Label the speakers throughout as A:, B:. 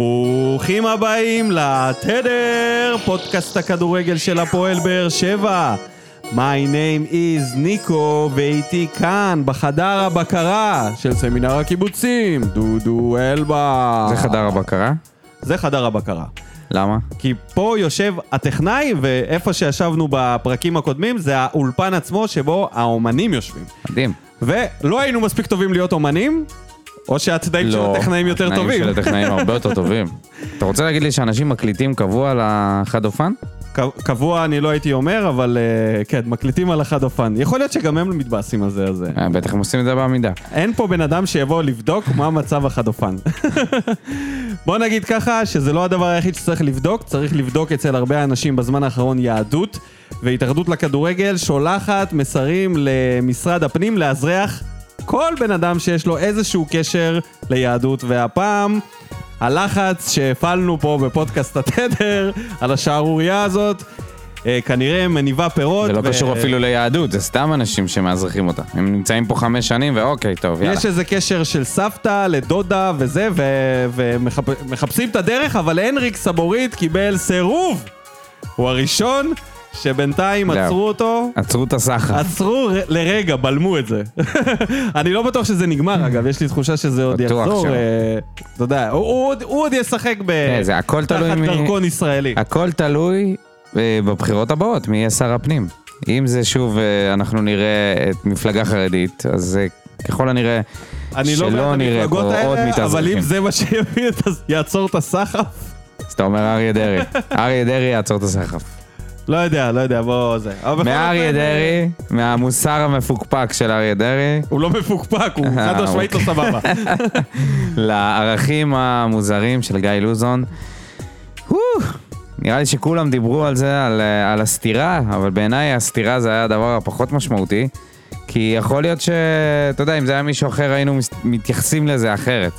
A: ברוכים הבאים לתדר, פודקאסט הכדורגל של הפועל באר שבע. My name is ניקו, ואיתי כאן, בחדר הבקרה של סמינר הקיבוצים, דודו אלבה.
B: זה חדר הבקרה?
A: זה חדר הבקרה.
B: למה?
A: כי פה יושב הטכנאי, ואיפה שישבנו בפרקים הקודמים, זה האולפן עצמו שבו האומנים יושבים.
B: מדהים.
A: ולא היינו מספיק טובים להיות אומנים, או שהתנאים של הטכנאים יותר
B: התנאים
A: טובים.
B: של לא, הטכנאים הרבה יותר טובים. אתה רוצה להגיד לי שאנשים מקליטים קבוע על החד אופן?
A: ק- קבוע אני לא הייתי אומר, אבל אה, כן, מקליטים על החד אופן. יכול להיות שגם הם מתבאסים על זה, אז... אה,
B: אה, בטח הם עושים את זה בעמידה.
A: אין פה בן אדם שיבוא לבדוק מה מצב החד אופן. בוא נגיד ככה, שזה לא הדבר היחיד שצריך לבדוק, צריך לבדוק אצל הרבה אנשים בזמן האחרון יהדות, והתאחדות לכדורגל שולחת מסרים למשרד הפנים לאזרח כל בן אדם שיש לו איזשהו קשר ליהדות, והפעם הלחץ שהפעלנו פה בפודקאסט התדר על השערורייה הזאת, אה, כנראה מניבה פירות.
B: זה לא
A: ו-
B: קשור אפילו ליהדות, זה סתם אנשים שמאזרחים אותה. הם נמצאים פה חמש שנים ואוקיי, טוב, יאללה.
A: יש איזה קשר של סבתא לדודה וזה, ומחפשים את הדרך, אבל הנריק סבורית קיבל סירוב. הוא הראשון שבינתיים
B: זהו.
A: עצרו אותו.
B: עצרו את הסחר.
A: עצרו ר- לרגע, בלמו את זה. אני לא בטוח שזה נגמר, אגב, יש לי תחושה שזה עוד
B: אה. בטוח
A: יחזור.
B: שלא.
A: אה, אתה יודע, הוא- הוא עוד- הוא עוד ישחק ב...
B: כן, זה הכל תלוי
A: אה, תחת
B: מי-
A: דרכון ישראלי.
B: הכל תלוי אה, בבחירות הבאות, מי יהיה שר הפנים. אם זה שוב, אה, אנחנו נראה את מפלגה חרדית, אז אה, ככל הנראה
A: אני לא
B: שלא
A: בעד
B: נראה
A: המפלגות
B: פה עוד
A: האלה, אבל אם
B: מתאזרחים.
A: זה מה שיביא את ה- יעצור את הסחף,
B: אז אתה אומר אריה דרעי. אריה דרעי יעצור את הסחף.
A: לא יודע, לא יודע, בוא זה. אבל בכל
B: מאריה
A: אופן,
B: דרעי, מהמוסר המפוקפק של אריה דרעי,
A: הוא לא מפוקפק, הוא
B: אה,
A: חד משמעית לא סבבה.
B: לערכים המוזרים של גיא לוזון. הו, נראה לי שכולם דיברו על זה, על, אה, על הסתירה, אבל בעיניי הסתירה זה היה הדבר הפחות משמעותי. כי יכול להיות ש... אתה יודע, אם זה היה מישהו אחר, היינו מס- מתייחסים לזה אחרת.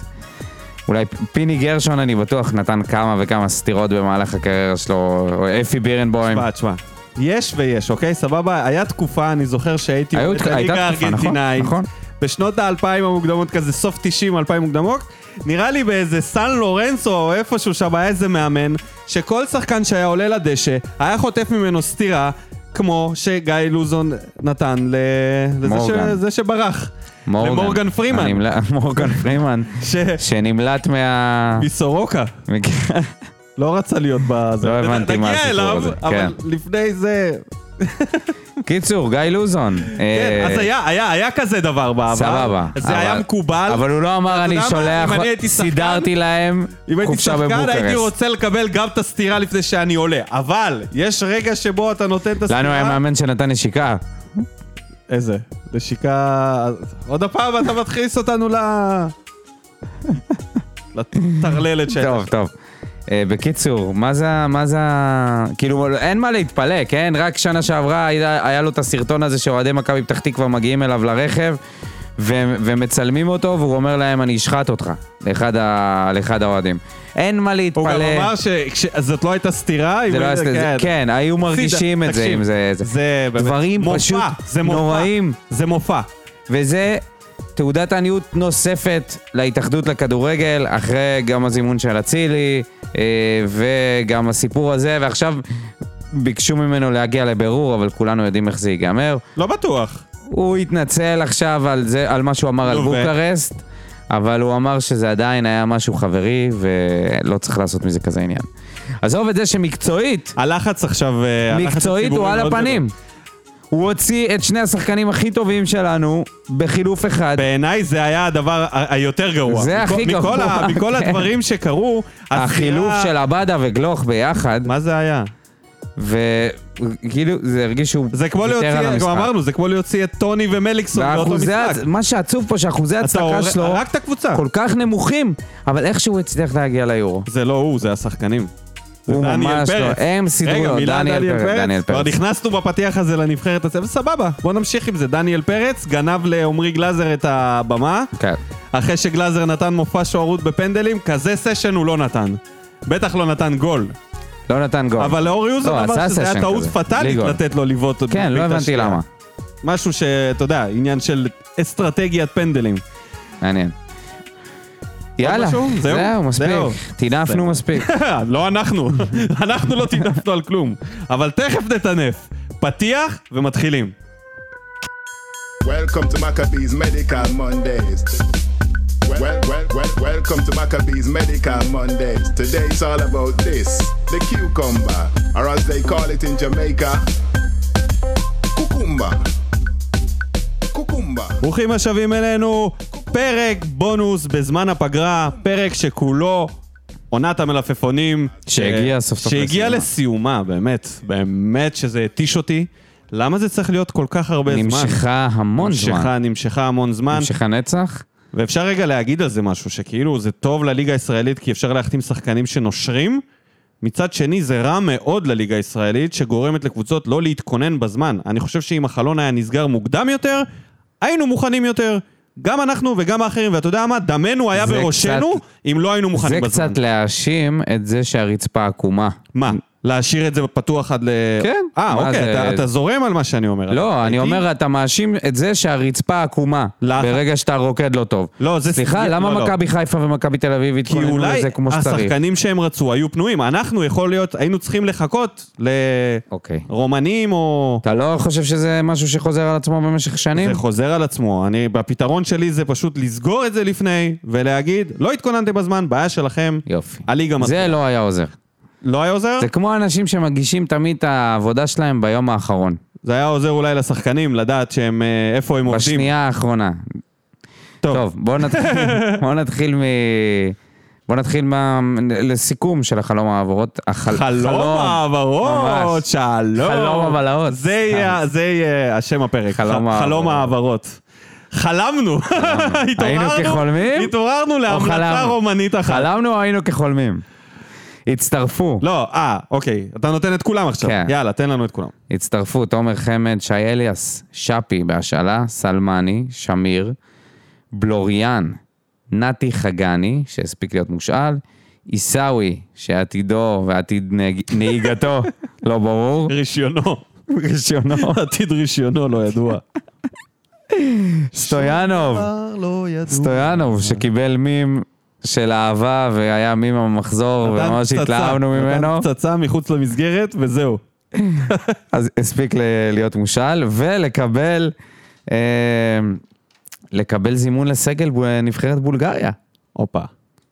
B: אולי פיני גרשון, אני בטוח, נתן כמה וכמה סתירות במהלך הקריירה שלו, או אפי בירנבוים.
A: תשמע, תשמע. יש ויש, אוקיי? סבבה? היה תקופה, אני זוכר שהייתי
B: היו-
A: עובד
B: הייתה
A: בליגה
B: תקופה, נכון,
A: הארגנטינאית.
B: נכון.
A: בשנות האלפיים המוקדמות כזה, סוף 90, אלפיים מוקדמות. נראה לי באיזה סן לורנסו או איפשהו שם היה איזה מאמן, שכל שחקן שהיה עולה לדשא, היה חוטף ממנו סטירה, כמו שגיא לוזון נתן ל... לזה
B: מורגן.
A: ש... זה שברח. למורגן פרימן.
B: הנמל- מורגן פרימן,
A: ש...
B: שנמלט מה...
A: מסורוקה. לא רצה להיות בזה.
B: לא הבנתי מה
A: נגיע
B: הסיפור
A: אליו,
B: הזה,
A: אבל
B: כן.
A: לפני זה,
B: קיצור, גיא לוזון. אה,
A: כן, אז היה, היה, היה כזה דבר בעבר.
B: סבבה.
A: זה היה
B: אבל-
A: מקובל.
B: אבל הוא לא אמר, אני
A: יודע מה?
B: שולח,
A: אם אני הייתי שחקן-
B: סידרתי להם
A: אם הייתי
B: חופשה
A: שחקן, הייתי
B: בבוקרשט.
A: רוצה לקבל גם את הסטירה לפני שאני עולה. אבל, יש רגע שבו אתה נותן את הסטירה...
B: לנו היה מאמן שנתן נשיקה.
A: איזה? נשיקה... עוד הפעם אתה מכניס אותנו ל... לטרללת שלך.
B: טוב, טוב. אה, בקיצור, מה זה, ה- מה זה, ה- כאילו, אין מה להתפלא, כן? רק שנה שעברה היה, היה לו את הסרטון הזה שאוהדי מכבי פתח תקווה מגיעים אליו לרכב, ו, ומצלמים אותו, והוא אומר להם, אני אשחט אותך, לאחד, ה, לאחד האוהדים. אין מה להתפלא.
A: הוא גם אמר שזאת לא הייתה סטירה. אם
B: זה לא
A: היית-
B: היה סטנדאפ,
A: כן.
B: כן, היו מרגישים את זה
A: תקשיב,
B: עם זה. זה.
A: זה באמת...
B: דברים
A: מופע,
B: פשוט
A: זה מופע.
B: נוראים.
A: זה מופע.
B: וזה תעודת עניות נוספת להתאחדות לכדורגל, אחרי גם הזימון של אצילי, אה, וגם הסיפור הזה, ועכשיו ביקשו ממנו להגיע לבירור, אבל כולנו יודעים איך זה ייגמר.
A: לא בטוח.
B: הוא התנצל עכשיו על, זה, על מה שהוא אמר על
A: נו, ו-
B: בוקרסט, אבל הוא אמר שזה עדיין היה משהו חברי, ולא צריך לעשות מזה כזה עניין. עזוב את זה שמקצועית,
A: הלחץ עכשיו... אה, הלחץ
B: מקצועית הוא
A: הציבורי
B: על
A: מאוד גדול.
B: הפנים. הוא הוציא את שני השחקנים הכי טובים שלנו בחילוף אחד.
A: בעיניי זה היה הדבר ה- היותר גרוע.
B: זה
A: מכו-
B: הכי
A: מכל
B: גרוע,
A: ה- מכל
B: כן.
A: הדברים שקרו, הספירה-
B: החילוף של עבדה וגלוך ביחד,
A: מה זה היה?
B: וכאילו זה הרגיש שהוא
A: זה כמו
B: ויתר על
A: להוציא,
B: המשחק.
A: גם אמרנו, זה כמו להוציא את טוני ומליקסון באותו
B: והאחוזי
A: משחק.
B: הצ- מה שעצוב פה שאחוזי
A: אתה
B: ההצדקה
A: הורג-
B: שלו
A: רק את הקבוצה.
B: כל כך נמוכים, אבל איכשהו הוא הצליח להגיע ליורו.
A: זה לא הוא, זה השחקנים. זה
B: הוא
A: דניאל
B: ממש לא,
A: פרץ.
B: הם סידרו
A: רגע,
B: לו,
A: מילה על
B: דניאל פרץ, דניאל
A: כבר
B: פרץ.
A: נכנסנו בפתיח הזה לנבחרת הצבע, סבבה, בוא נמשיך עם זה. דניאל פרץ גנב לעומרי גלאזר את הבמה.
B: כן.
A: אחרי שגלאזר נתן מופע שוערות בפנדלים, כזה סשן הוא לא נתן. בטח לא נתן גול.
B: לא נתן גול.
A: אבל לאורי אוזן
B: לא,
A: אמר
B: עשה
A: שזה היה
B: סשן
A: טעות
B: כזה, בלי
A: פטאלית
B: גול.
A: לתת לו לבעוט.
B: כן, לא
A: בבעיטה
B: הבנתי
A: שנייה.
B: למה.
A: משהו שאתה יודע, עניין של אסטרטגיית פנדלים.
B: מעניין. יאללה,
A: משהו? זהו?
B: זהו, מספיק.
A: זהו.
B: טינפנו מספיק.
A: לא אנחנו, אנחנו לא טינפנו על כלום, אבל תכף נטנף. פתיח ומתחילים.
C: Welcome to Maccabees Medical Mondays. Well, well, well, welcome to Maccabees Medical Mondays. Today it's all about this the cucumber, or as they call it in Jamaica, cucumba. Cucumba.
A: ברוכים השבים אלינו, פרק בונוס בזמן הפגרה, פרק שכולו עונת המלפפונים.
B: שהגיעה סוף סוף
A: שהגיעה
B: לסיומה.
A: לסיומה, באמת. באמת שזה התיש אותי. למה זה צריך להיות כל כך הרבה זמן?
B: נמשכה המון זמן.
A: נמשכה, נמשכה המון זמן.
B: נמשכה נצח.
A: ואפשר רגע להגיד על זה משהו, שכאילו זה טוב לליגה הישראלית כי אפשר להחתים שחקנים שנושרים, מצד שני זה רע מאוד לליגה הישראלית שגורמת לקבוצות לא להתכונן בזמן. אני חושב שאם החלון היה נסגר מוקדם יותר, היינו מוכנים יותר. גם אנחנו וגם האחרים, ואתה יודע מה? דמנו היה
B: זה
A: בראשנו
B: קצת-
A: אם לא היינו
B: זה
A: מוכנים בזמן.
B: קצת להאשים את זה שהרצפה עקומה.
A: מה? להשאיר את זה פתוח עד ל...
B: כן.
A: אה,
B: מה
A: אוקיי,
B: זה-
A: אתה, אתה זורם על מה שאני אומר.
B: לא, אני
A: הייתי-
B: אומר, אתה מאשים את זה שהרצפה עקומה.
A: לח-
B: ברגע שאתה רוקד לא טוב.
A: לא, זה...
B: סליחה,
A: לא,
B: למה
A: לא.
B: מכבי חיפה ומכבי תל אביב
A: כי
B: התכוננו
A: אולי
B: לזה כמו שצריך?
A: השחקנים שהם רצו היו פנויים. אנחנו, יכול להיות, היינו צריכים לחכות
B: אוקיי.
A: לרומנים או...
B: אתה לא חושב שזה משהו שחוזר על עצמו במשך שנים?
A: זה חוזר על עצמו. אני, הפתרון שלי זה פשוט לסגור את זה לפני ולהגיד, לא התכוננתם בזמן, בעיה שלכם.
B: יופי.
A: הליגה מתחילה.
B: זה לא היה עוזר.
A: לא היה עוזר?
B: זה כמו אנשים שמגישים תמיד את העבודה שלהם ביום האחרון.
A: זה היה עוזר אולי לשחקנים לדעת שהם, אה, איפה הם עובדים.
B: בשנייה האחרונה. טוב, בואו נתחיל, בוא נתחיל מ... בוא נתחיל מה... לסיכום של החלום העברות. החל...
A: חלום העברות,
B: ממש.
A: שלום.
B: חלום הבלהות.
A: זה יהיה- זה יהיה השם הפרק,
B: חלום
A: ח- חלום
B: ההעברות.
A: העברות. חלמנו,
B: היינו
A: התעוררנו-
B: כחולמים?
A: התעוררנו להמלצה
B: חלמנו?
A: רומנית אחת.
B: חלמנו או היינו כחולמים? הצטרפו,
A: לא, אה, אוקיי, אתה נותן את כולם עכשיו.
B: כן.
A: יאללה, תן לנו את כולם.
B: הצטרפו תומר חמד, שי אליאס, שפי בהשאלה, סלמני, שמיר, בלוריאן, נתי חגני, שהספיק להיות מושאל, עיסאווי, שעתידו ועתיד נהג- נהיגתו לא ברור,
A: רישיונו.
B: רישיונו,
A: עתיד רישיונו לא ידוע.
B: סטויאנוב.
A: לא ידוע.
B: סטויאנוב, שקיבל מים של אהבה, והיה מים המחזור, וממש התלהבנו ממנו,
A: פצצה מחוץ למסגרת, וזהו.
B: אז הספיק ל- להיות מושאל, ולקבל אה, לקבל זימון לסגל ב- נבחרת בולגריה,
A: הופה.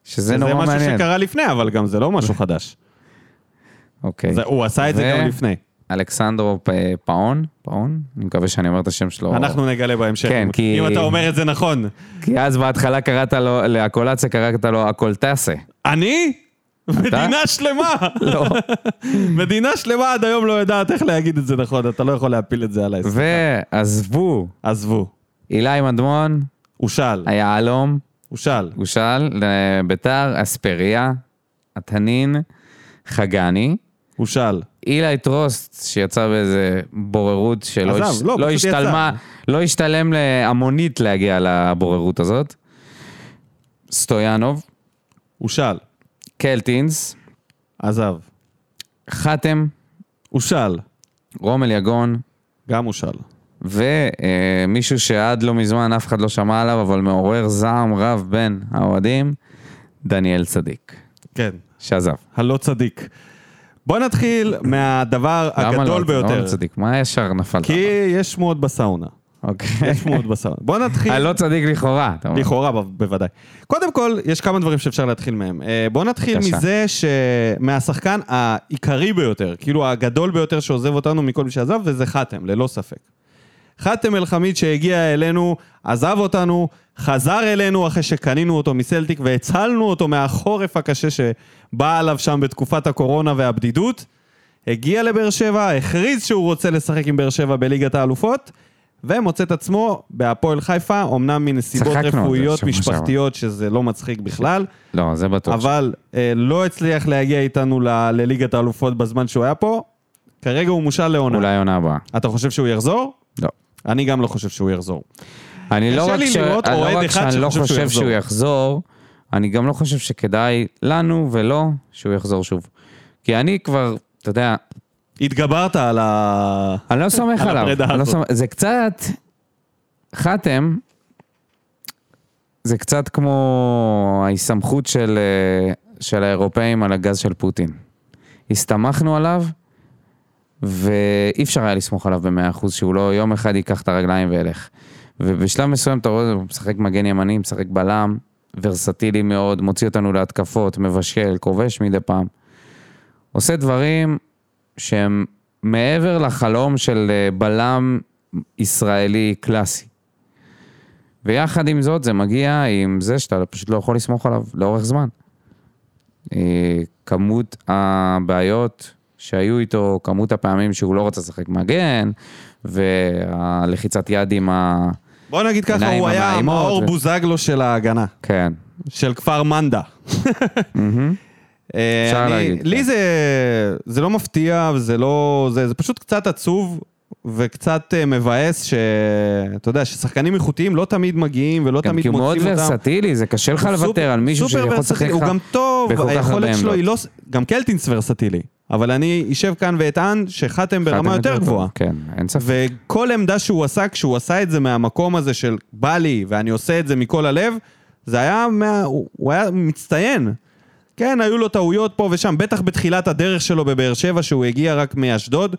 B: שזה
A: זה
B: נורא
A: משהו
B: מעניין.
A: שקרה לפני, אבל גם זה לא משהו חדש.
B: אוקיי.
A: זה- הוא עשה את זה
B: ו-
A: גם לפני.
B: אלכסנדרו פ- פאון, פאון, אני מקווה שאני אומר את השם שלו.
A: אנחנו נגלה בהמשך.
B: כן,
A: אם-
B: כי-
A: אם אתה אומר את זה נכון.
B: כי אז בהתחלה קראת לו, לאקולציה קראת לו אקולטסה.
A: אני? מדינה שלמה.
B: לא.
A: מדינה שלמה עד היום לא יודעת איך להגיד את זה נכון, אתה לא יכול להפיל את זה עליי.
B: ועזבו,
A: עזבו.
B: אילי מדמון,
A: הוא שאל,
B: היהלום,
A: הוא שאל.
B: הוא שאל לביתר, אספריה, התנין, חגני,
A: הוא שאל.
B: אילי טרוסט שיצא באיזה בוררות שלא
A: עזב,
B: הש-
A: לא, פשוט יצא.
B: השתלמה, לא השתלם להמונית להגיע לבוררות הזאת, סטויאנוב,
A: הוא שאל.
B: קלטינס,
A: עזב.
B: חתם,
A: הוא שאל.
B: רומל יגון,
A: גם הוא שאל.
B: ומישהו שעד לא מזמן אף אחד לא שמע עליו, אבל מעורר זעם רב בין האוהדים, דניאל צדיק,
A: כן.
B: שעזב.
A: הלא צדיק. בוא נתחיל מהדבר
B: למה לא-
A: הגדול
B: למה
A: ביותר.
B: לא צדיק? מה ישר נפלת?
A: כי יש שמועות בסאונה.
B: אוקיי.
A: יש שמועות בסאונה. בוא נתחיל.
B: הלא צדיק לכאורה, אתה אומר.
A: לכאורה, ב- בוודאי. קודם כל, יש כמה דברים שאפשר להתחיל מהם. אה, בואו נתחיל
B: בבקשה.
A: מזה ש... מהשחקן העיקרי ביותר, כאילו הגדול ביותר שעוזב אותנו מכל מי שעזב, וזה חתם, ללא ספק. חתם אל-חמיד שהגיע אלינו, עזב אותנו, חזר אלינו אחרי שקנינו אותו מסלטיק והצלנו אותו מהחורף הקשה שבא עליו שם בתקופת הקורונה והבדידות. הגיע לבאר שבע, הכריז שהוא רוצה לשחק עם באר שבע בליגת האלופות, ומוצא את עצמו בהפועל חיפה, אמנם מנסיבות
B: צחקנו על זה
A: רפואיות
B: שבוע שעבר.
A: משפחתיות, שזה לא מצחיק בכלל,
B: לא, זה בטוח.
A: אבל אה, לא הצליח להגיע איתנו ל- לליגת האלופות בזמן שהוא היה פה. כרגע הוא מושל לעונה.
B: אולי עונה הבאה.
A: אתה חושב שהוא יחזור?
B: לא.
A: אני גם לא חושב שהוא יחזור.
B: אני לא
A: קשה
B: רק
A: לי
B: ש-
A: לראות
B: אני לא
A: אוהד
B: רק
A: אחד
B: שאני לא
A: שחושב שהוא
B: חושב שהוא
A: יחזור.
B: יחזור, אני גם לא חושב שכדאי לנו ולא שהוא יחזור שוב. כי אני כבר, אתה יודע,
A: התגברת על ה...
B: אני לא סומך
A: על
B: עליו.
A: הפרידה
B: אני לא
A: הזאת.
B: סומך- זה קצת... חתם, זה קצת כמו ההיסמכות של, אה, של האירופאים על הגז של פוטין. הסתמכנו עליו, ואי אפשר היה לסמוך עליו במאה אחוז, שהוא לא יום אחד ייקח את הרגליים וילך. ובשלב מסוים אתה רואה, הוא משחק מגן ימני, משחק בלם, ורסטילי מאוד, מוציא אותנו להתקפות, מבשל, כובש מדי פעם. עושה דברים שהם מעבר לחלום של אה, בלם ישראלי קלאסי. ויחד עם זאת, זה מגיע עם זה שאתה פשוט לא יכול לסמוך עליו לאורך זמן. אה, כמות הבעיות שהיו איתו, כמות הפעמים שהוא לא רצה לשחק מגן, והלחיצת יד עם ה...
A: בוא נגיד ככה,
B: עיניים
A: הוא היה
B: המאיימות
A: מאור
B: ו-
A: בוזגלו של ההגנה,
B: כן.
A: של כפר מנדה. אה,
B: אפשר
A: אני-
B: להגיד,
A: לי
B: כן.
A: זה, זה לא מפתיע, זה לא... זה, זה פשוט קצת עצוב וקצת אה, מבאס ש... אתה יודע, ששחקנים איכותיים לא תמיד מגיעים ולא
B: גם
A: תמיד
B: כי הוא מאוד
A: מוצאים אותם.
B: ורסטילי, זה קשה לך
A: הוא
B: לוותר
A: סופר-
B: על מישהו
A: סופר
B: שיכול לשחק
A: ורסטילי,
B: לך.
A: הוא גם טוב,
B: בכל כך הרבה
A: היכולת שלו היא
B: עמדות.
A: לא... ס- גם קלטינס ורסטילי. אבל אני אשב כאן ואטען שחתם ברמה
B: חתם
A: יותר
B: טוב.
A: גבוהה.
B: כן, אין ספק.
A: וכל עמדה שהוא עשה, כשהוא עשה את זה מהמקום הזה של בא לי ואני עושה את זה מכל הלב, זה היה, מה... הוא- הוא היה מצטיין. כן, היו לו טעויות פה ושם, בטח בתחילת הדרך שלו בבאר שבע, שהוא הגיע רק מאשדוד.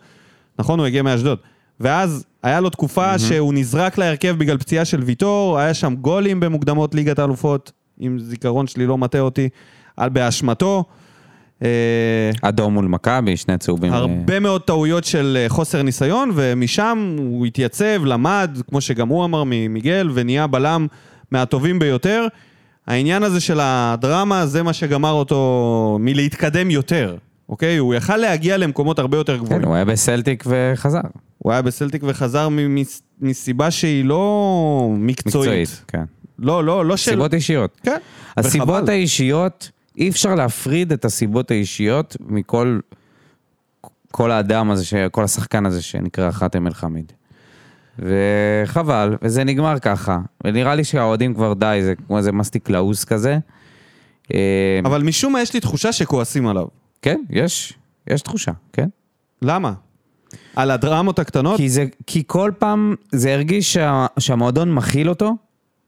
A: נכון, הוא הגיע מאשדוד. ואז היה לו תקופה mm-hmm. שהוא נזרק להרכב בגלל פציעה של ויטור, היה שם גולים במוקדמות ליגת האלופות, אם זיכרון שלי לא מטעה אותי, על באשמתו. אה,
B: אדום מול מכבי, שני צהובים. אה,
A: הרבה מאוד טעויות של אה, חוסר ניסיון, ומשם הוא התייצב, למד, כמו שגם הוא אמר ממיגל, ונהיה בלם מהטובים ביותר. העניין הזה של הדרמה, זה מה שגמר אותו מלהתקדם יותר, אוקיי? הוא יכל להגיע למקומות הרבה יותר גבוהים.
B: כן, הוא היה בסלטיק וחזר.
A: הוא היה בסלטיק וחזר מ- מס- מסיבה שהיא לא מקצועית.
B: מקצועית. כן.
A: לא, לא, לא של...
B: סיבות אישיות.
A: כן.
B: הסיבות
A: וחבל.
B: האישיות, אי אפשר להפריד את הסיבות האישיות מכל כל האדם הזה, ש- כל השחקן הזה שנקרא חאתם אל-חמיד. וחבל, וזה נגמר ככה. ונראה לי שהאוהדים כבר די, זה כמו איזה מסטיק לעוס כזה. אה,
A: אבל משום מה יש לי תחושה שכועסים עליו.
B: כן, יש, יש תחושה, כן.
A: למה? על הדרמות הקטנות?
B: כי, זה, כי כל פעם זה הרגיש שה, שהמועדון מכיל אותו,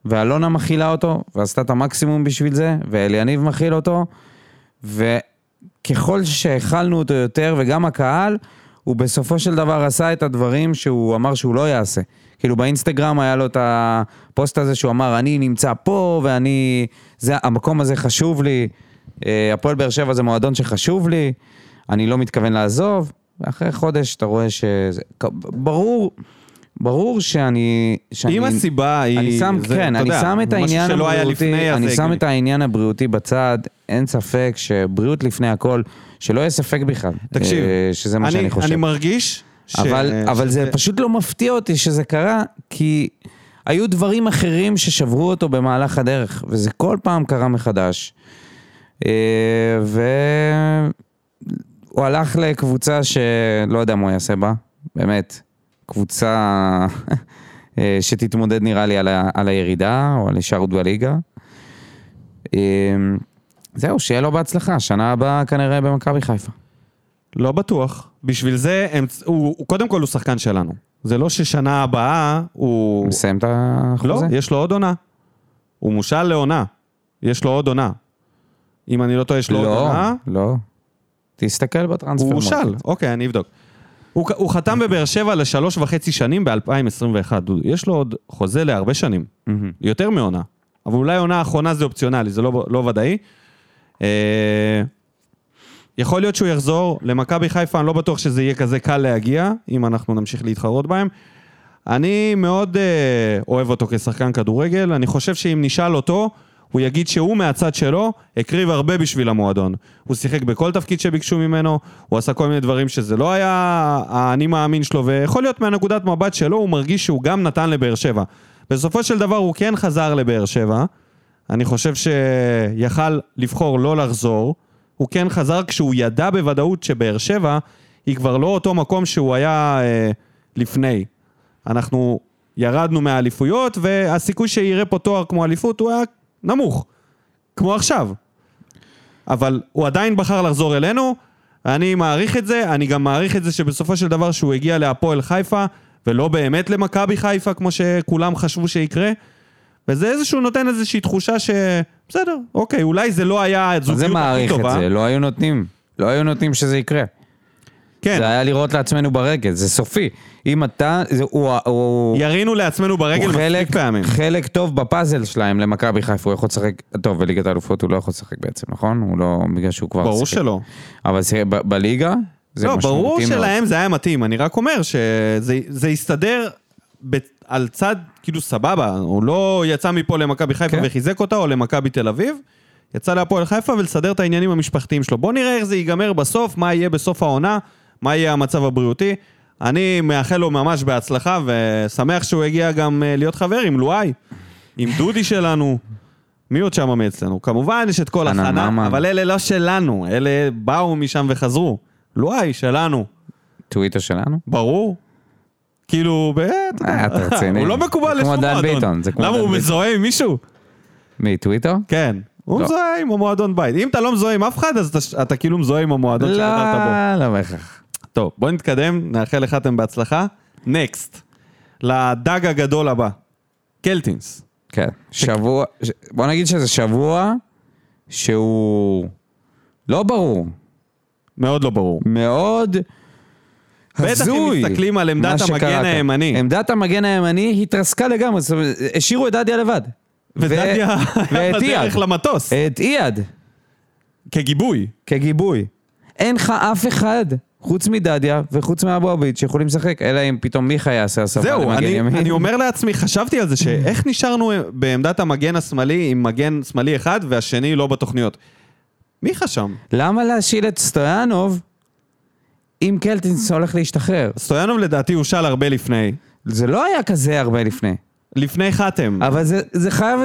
B: ואלונה מכילה אותו, ועשתה את המקסימום בשביל זה, ואליניב מכיל אותו, וככל שהכלנו אותו יותר, וגם הקהל, הוא בסופו של דבר עשה את הדברים שהוא אמר שהוא לא יעשה. כאילו באינסטגרם היה לו את הפוסט הזה שהוא אמר, אני נמצא פה, ואני... זה, המקום הזה חשוב לי, אה, הפועל באר שבע זה מועדון שחשוב לי, אני לא מתכוון לעזוב, ואחרי חודש אתה רואה שזה... כ- ברור, ברור שאני... שאני
A: אם הסיבה היא...
B: אני שם,
A: זה,
B: כן,
A: אתה
B: אני
A: יודע,
B: שם את העניין
A: משהו שלא היה לפני,
B: הבריאותי,
A: אז
B: אני
A: זה
B: שם
A: הגיוני.
B: את העניין הבריאותי בצד, אין ספק שבריאות לפני הכל, שלא יהיה ספק בכלל.
A: תקשיב,
B: אה, שזה מה
A: אני-
B: שאני חושב.
A: אני מרגיש ש...
B: אבל, אבל
A: שזה-
B: זה פשוט לא מפתיע אותי שזה קרה, כי היו דברים אחרים ששברו אותו במהלך הדרך, וזה כל פעם קרה מחדש. והוא הלך לקבוצה שלא יודע מה הוא יעשה בה, באמת, קבוצה אה, שתתמודד נראה לי על, ה... על הירידה, או על הישארות בליגה. אה, זהו, שיהיה לו בהצלחה, שנה הבאה כנראה במכבי חיפה.
A: לא בטוח. בשביל זה, הם... הוא... הוא... קודם כל הוא שחקן שלנו. זה לא ששנה הבאה הוא...
B: מסיים את החוזה?
A: לא, יש לו עוד עונה. הוא מושל לעונה. יש לו עוד עונה. אם אני לא טועה, יש לו עוד עונה.
B: לא. תסתכל בטרנספר.
A: הוא
B: מרקט.
A: מושל. אוקיי, אני אבדוק. הוא, הוא חתם בבאר שבע לשלוש וחצי שנים ב-2021. יש לו עוד חוזה להרבה שנים.
B: מהמם.
A: יותר מעונה. אבל אולי עונה האחרונה זה אופציונלי, זה לא, לא ודאי. אה, יכול להיות שהוא יחזור למכבי חיפה, אני לא בטוח שזה יהיה כזה קל להגיע, אם אנחנו נמשיך להתחרות בהם. אני מאוד אה, אוהב אותו כשחקן כדורגל, אני חושב שאם נשאל אותו, הוא יגיד שהוא מהצד שלו הקריב הרבה בשביל המועדון. הוא שיחק בכל תפקיד שביקשו ממנו, הוא עשה כל מיני דברים שזה לא היה האני מאמין שלו, ויכול להיות מהנקודת מבט שלו, הוא מרגיש שהוא גם נתן לבאר שבע. בסופו של דבר הוא כן חזר לבאר שבע, אני חושב שיכל לבחור לא לחזור, הוא כן חזר כשהוא ידע בוודאות שבאר שבע היא כבר לא אותו מקום שהוא היה אה, לפני. אנחנו ירדנו מהאליפויות, והסיכוי שיראה פה תואר כמו אליפות הוא היה נמוך, כמו עכשיו. אבל הוא עדיין בחר לחזור אלינו, אני מעריך את זה, אני גם מעריך את זה שבסופו של דבר שהוא הגיע להפועל חיפה, ולא באמת למכבי חיפה כמו שכולם חשבו שיקרה, וזה איזשהו נותן איזושהי תחושה ש... בסדר, אוקיי, אולי זה לא היה
B: אז זה
A: הזוגיות הכי
B: מעריך את
A: טובה.
B: זה, לא היו נותנים. לא היו נותנים שזה יקרה.
A: כן,
B: זה היה לראות לעצמנו ברגל, זה סופי. אם אתה, זה, הוא, הוא,
A: ירינו לעצמנו ברגל
B: הוא
A: מספיק פעמים.
B: חלק טוב בפאזל שלהם למכבי חיפה, הוא יכול לשחק, טוב, בליגת האלופות הוא לא יכול לשחק בעצם, נכון? הוא לא, בגלל שהוא כבר...
A: ברור
B: שיחק.
A: שלא.
B: אבל זה, ב, בליגה, זה
A: לא,
B: משמעותי מאוד.
A: ברור שלהם זה היה מתאים, אני רק אומר שזה זה הסתדר ב, על צד, כאילו סבבה, הוא לא יצא מפה למכבי חיפה
B: כן.
A: וחיזק אותה, או למכבי תל אביב, יצא להפועל חיפה ולסדר את העניינים המשפחתיים שלו. בוא נראה איך זה ייגמר בסוף, מה יהיה בסוף העונה, מה יהיה המצב הבריאותי. אני מאחל לו ממש בהצלחה, ושמח שהוא הגיע גם אה, להיות חבר עם לואי, עם דודי שלנו. מי עוד שם מאצלנו? כמובן יש את כל
B: חנן
A: החנה,
B: ממן.
A: אבל אלה לא שלנו, אלה באו משם וחזרו. לואי, שלנו.
B: טוויטר שלנו?
A: ברור. כאילו, ב- אתה יודע,
B: אה, אתה רציני.
A: הוא לא מקובל
B: זה כמו
A: לשום
B: דן
A: מועדון.
B: ביטון, זה כמו
A: למה,
B: דן
A: הוא
B: ביטון.
A: מזוהה עם מישהו?
B: מי, טוויטר?
A: כן. הוא
B: לא.
A: מזוהה עם המועדון בית. אם אתה לא מזוהה עם אף אחד, אז אתה- אתה כאילו מזוהה עם המועדון
B: לא,
A: שגדלת בו.
B: לא בהכרח.
A: טוב, בוא נתקדם, נאחל לחתם בהצלחה. נקסט. לדג הגדול הבא. קלטינס.
B: כן. שבוע, ש- בוא נגיד שזה שבוע שהוא לא ברור.
A: מאוד לא ברור.
B: מאוד
A: בטח אם
B: הזוי.
A: מסתכלים על עמדת
B: מה
A: המגן
B: שקרה כאן.
A: הימני.
B: עמדת המגן הימני התרסקה לגמרי, זאת אומרת, השאירו את דדיה לבד. ו-
A: ודדיה היה
B: ואת אה,
A: בדרך
B: אייד.
A: למטוס,
B: את אייד,
A: כגיבוי.
B: כגיבוי. אין לך אף אחד, חוץ מדדיה וחוץ מאבואביץ', שיכולים לשחק, אלא אם פתאום מיכה יעשה הסבה
A: זהו,
B: למגן
A: אני,
B: ימין.
A: אני אומר לעצמי, חשבתי על זה, שאיך נשארנו בעמדת המגן השמאלי עם מגן שמאלי אחד והשני לא בתוכניות? מיכה שם.
B: למה להשאיל את סטויאנוב אם קלטינס הולך להשתחרר?
A: סטויאנוב לדעתי הושל הרבה לפני.
B: זה לא היה כזה הרבה לפני.
A: לפני חתם.
B: אבל זה, זה חייב...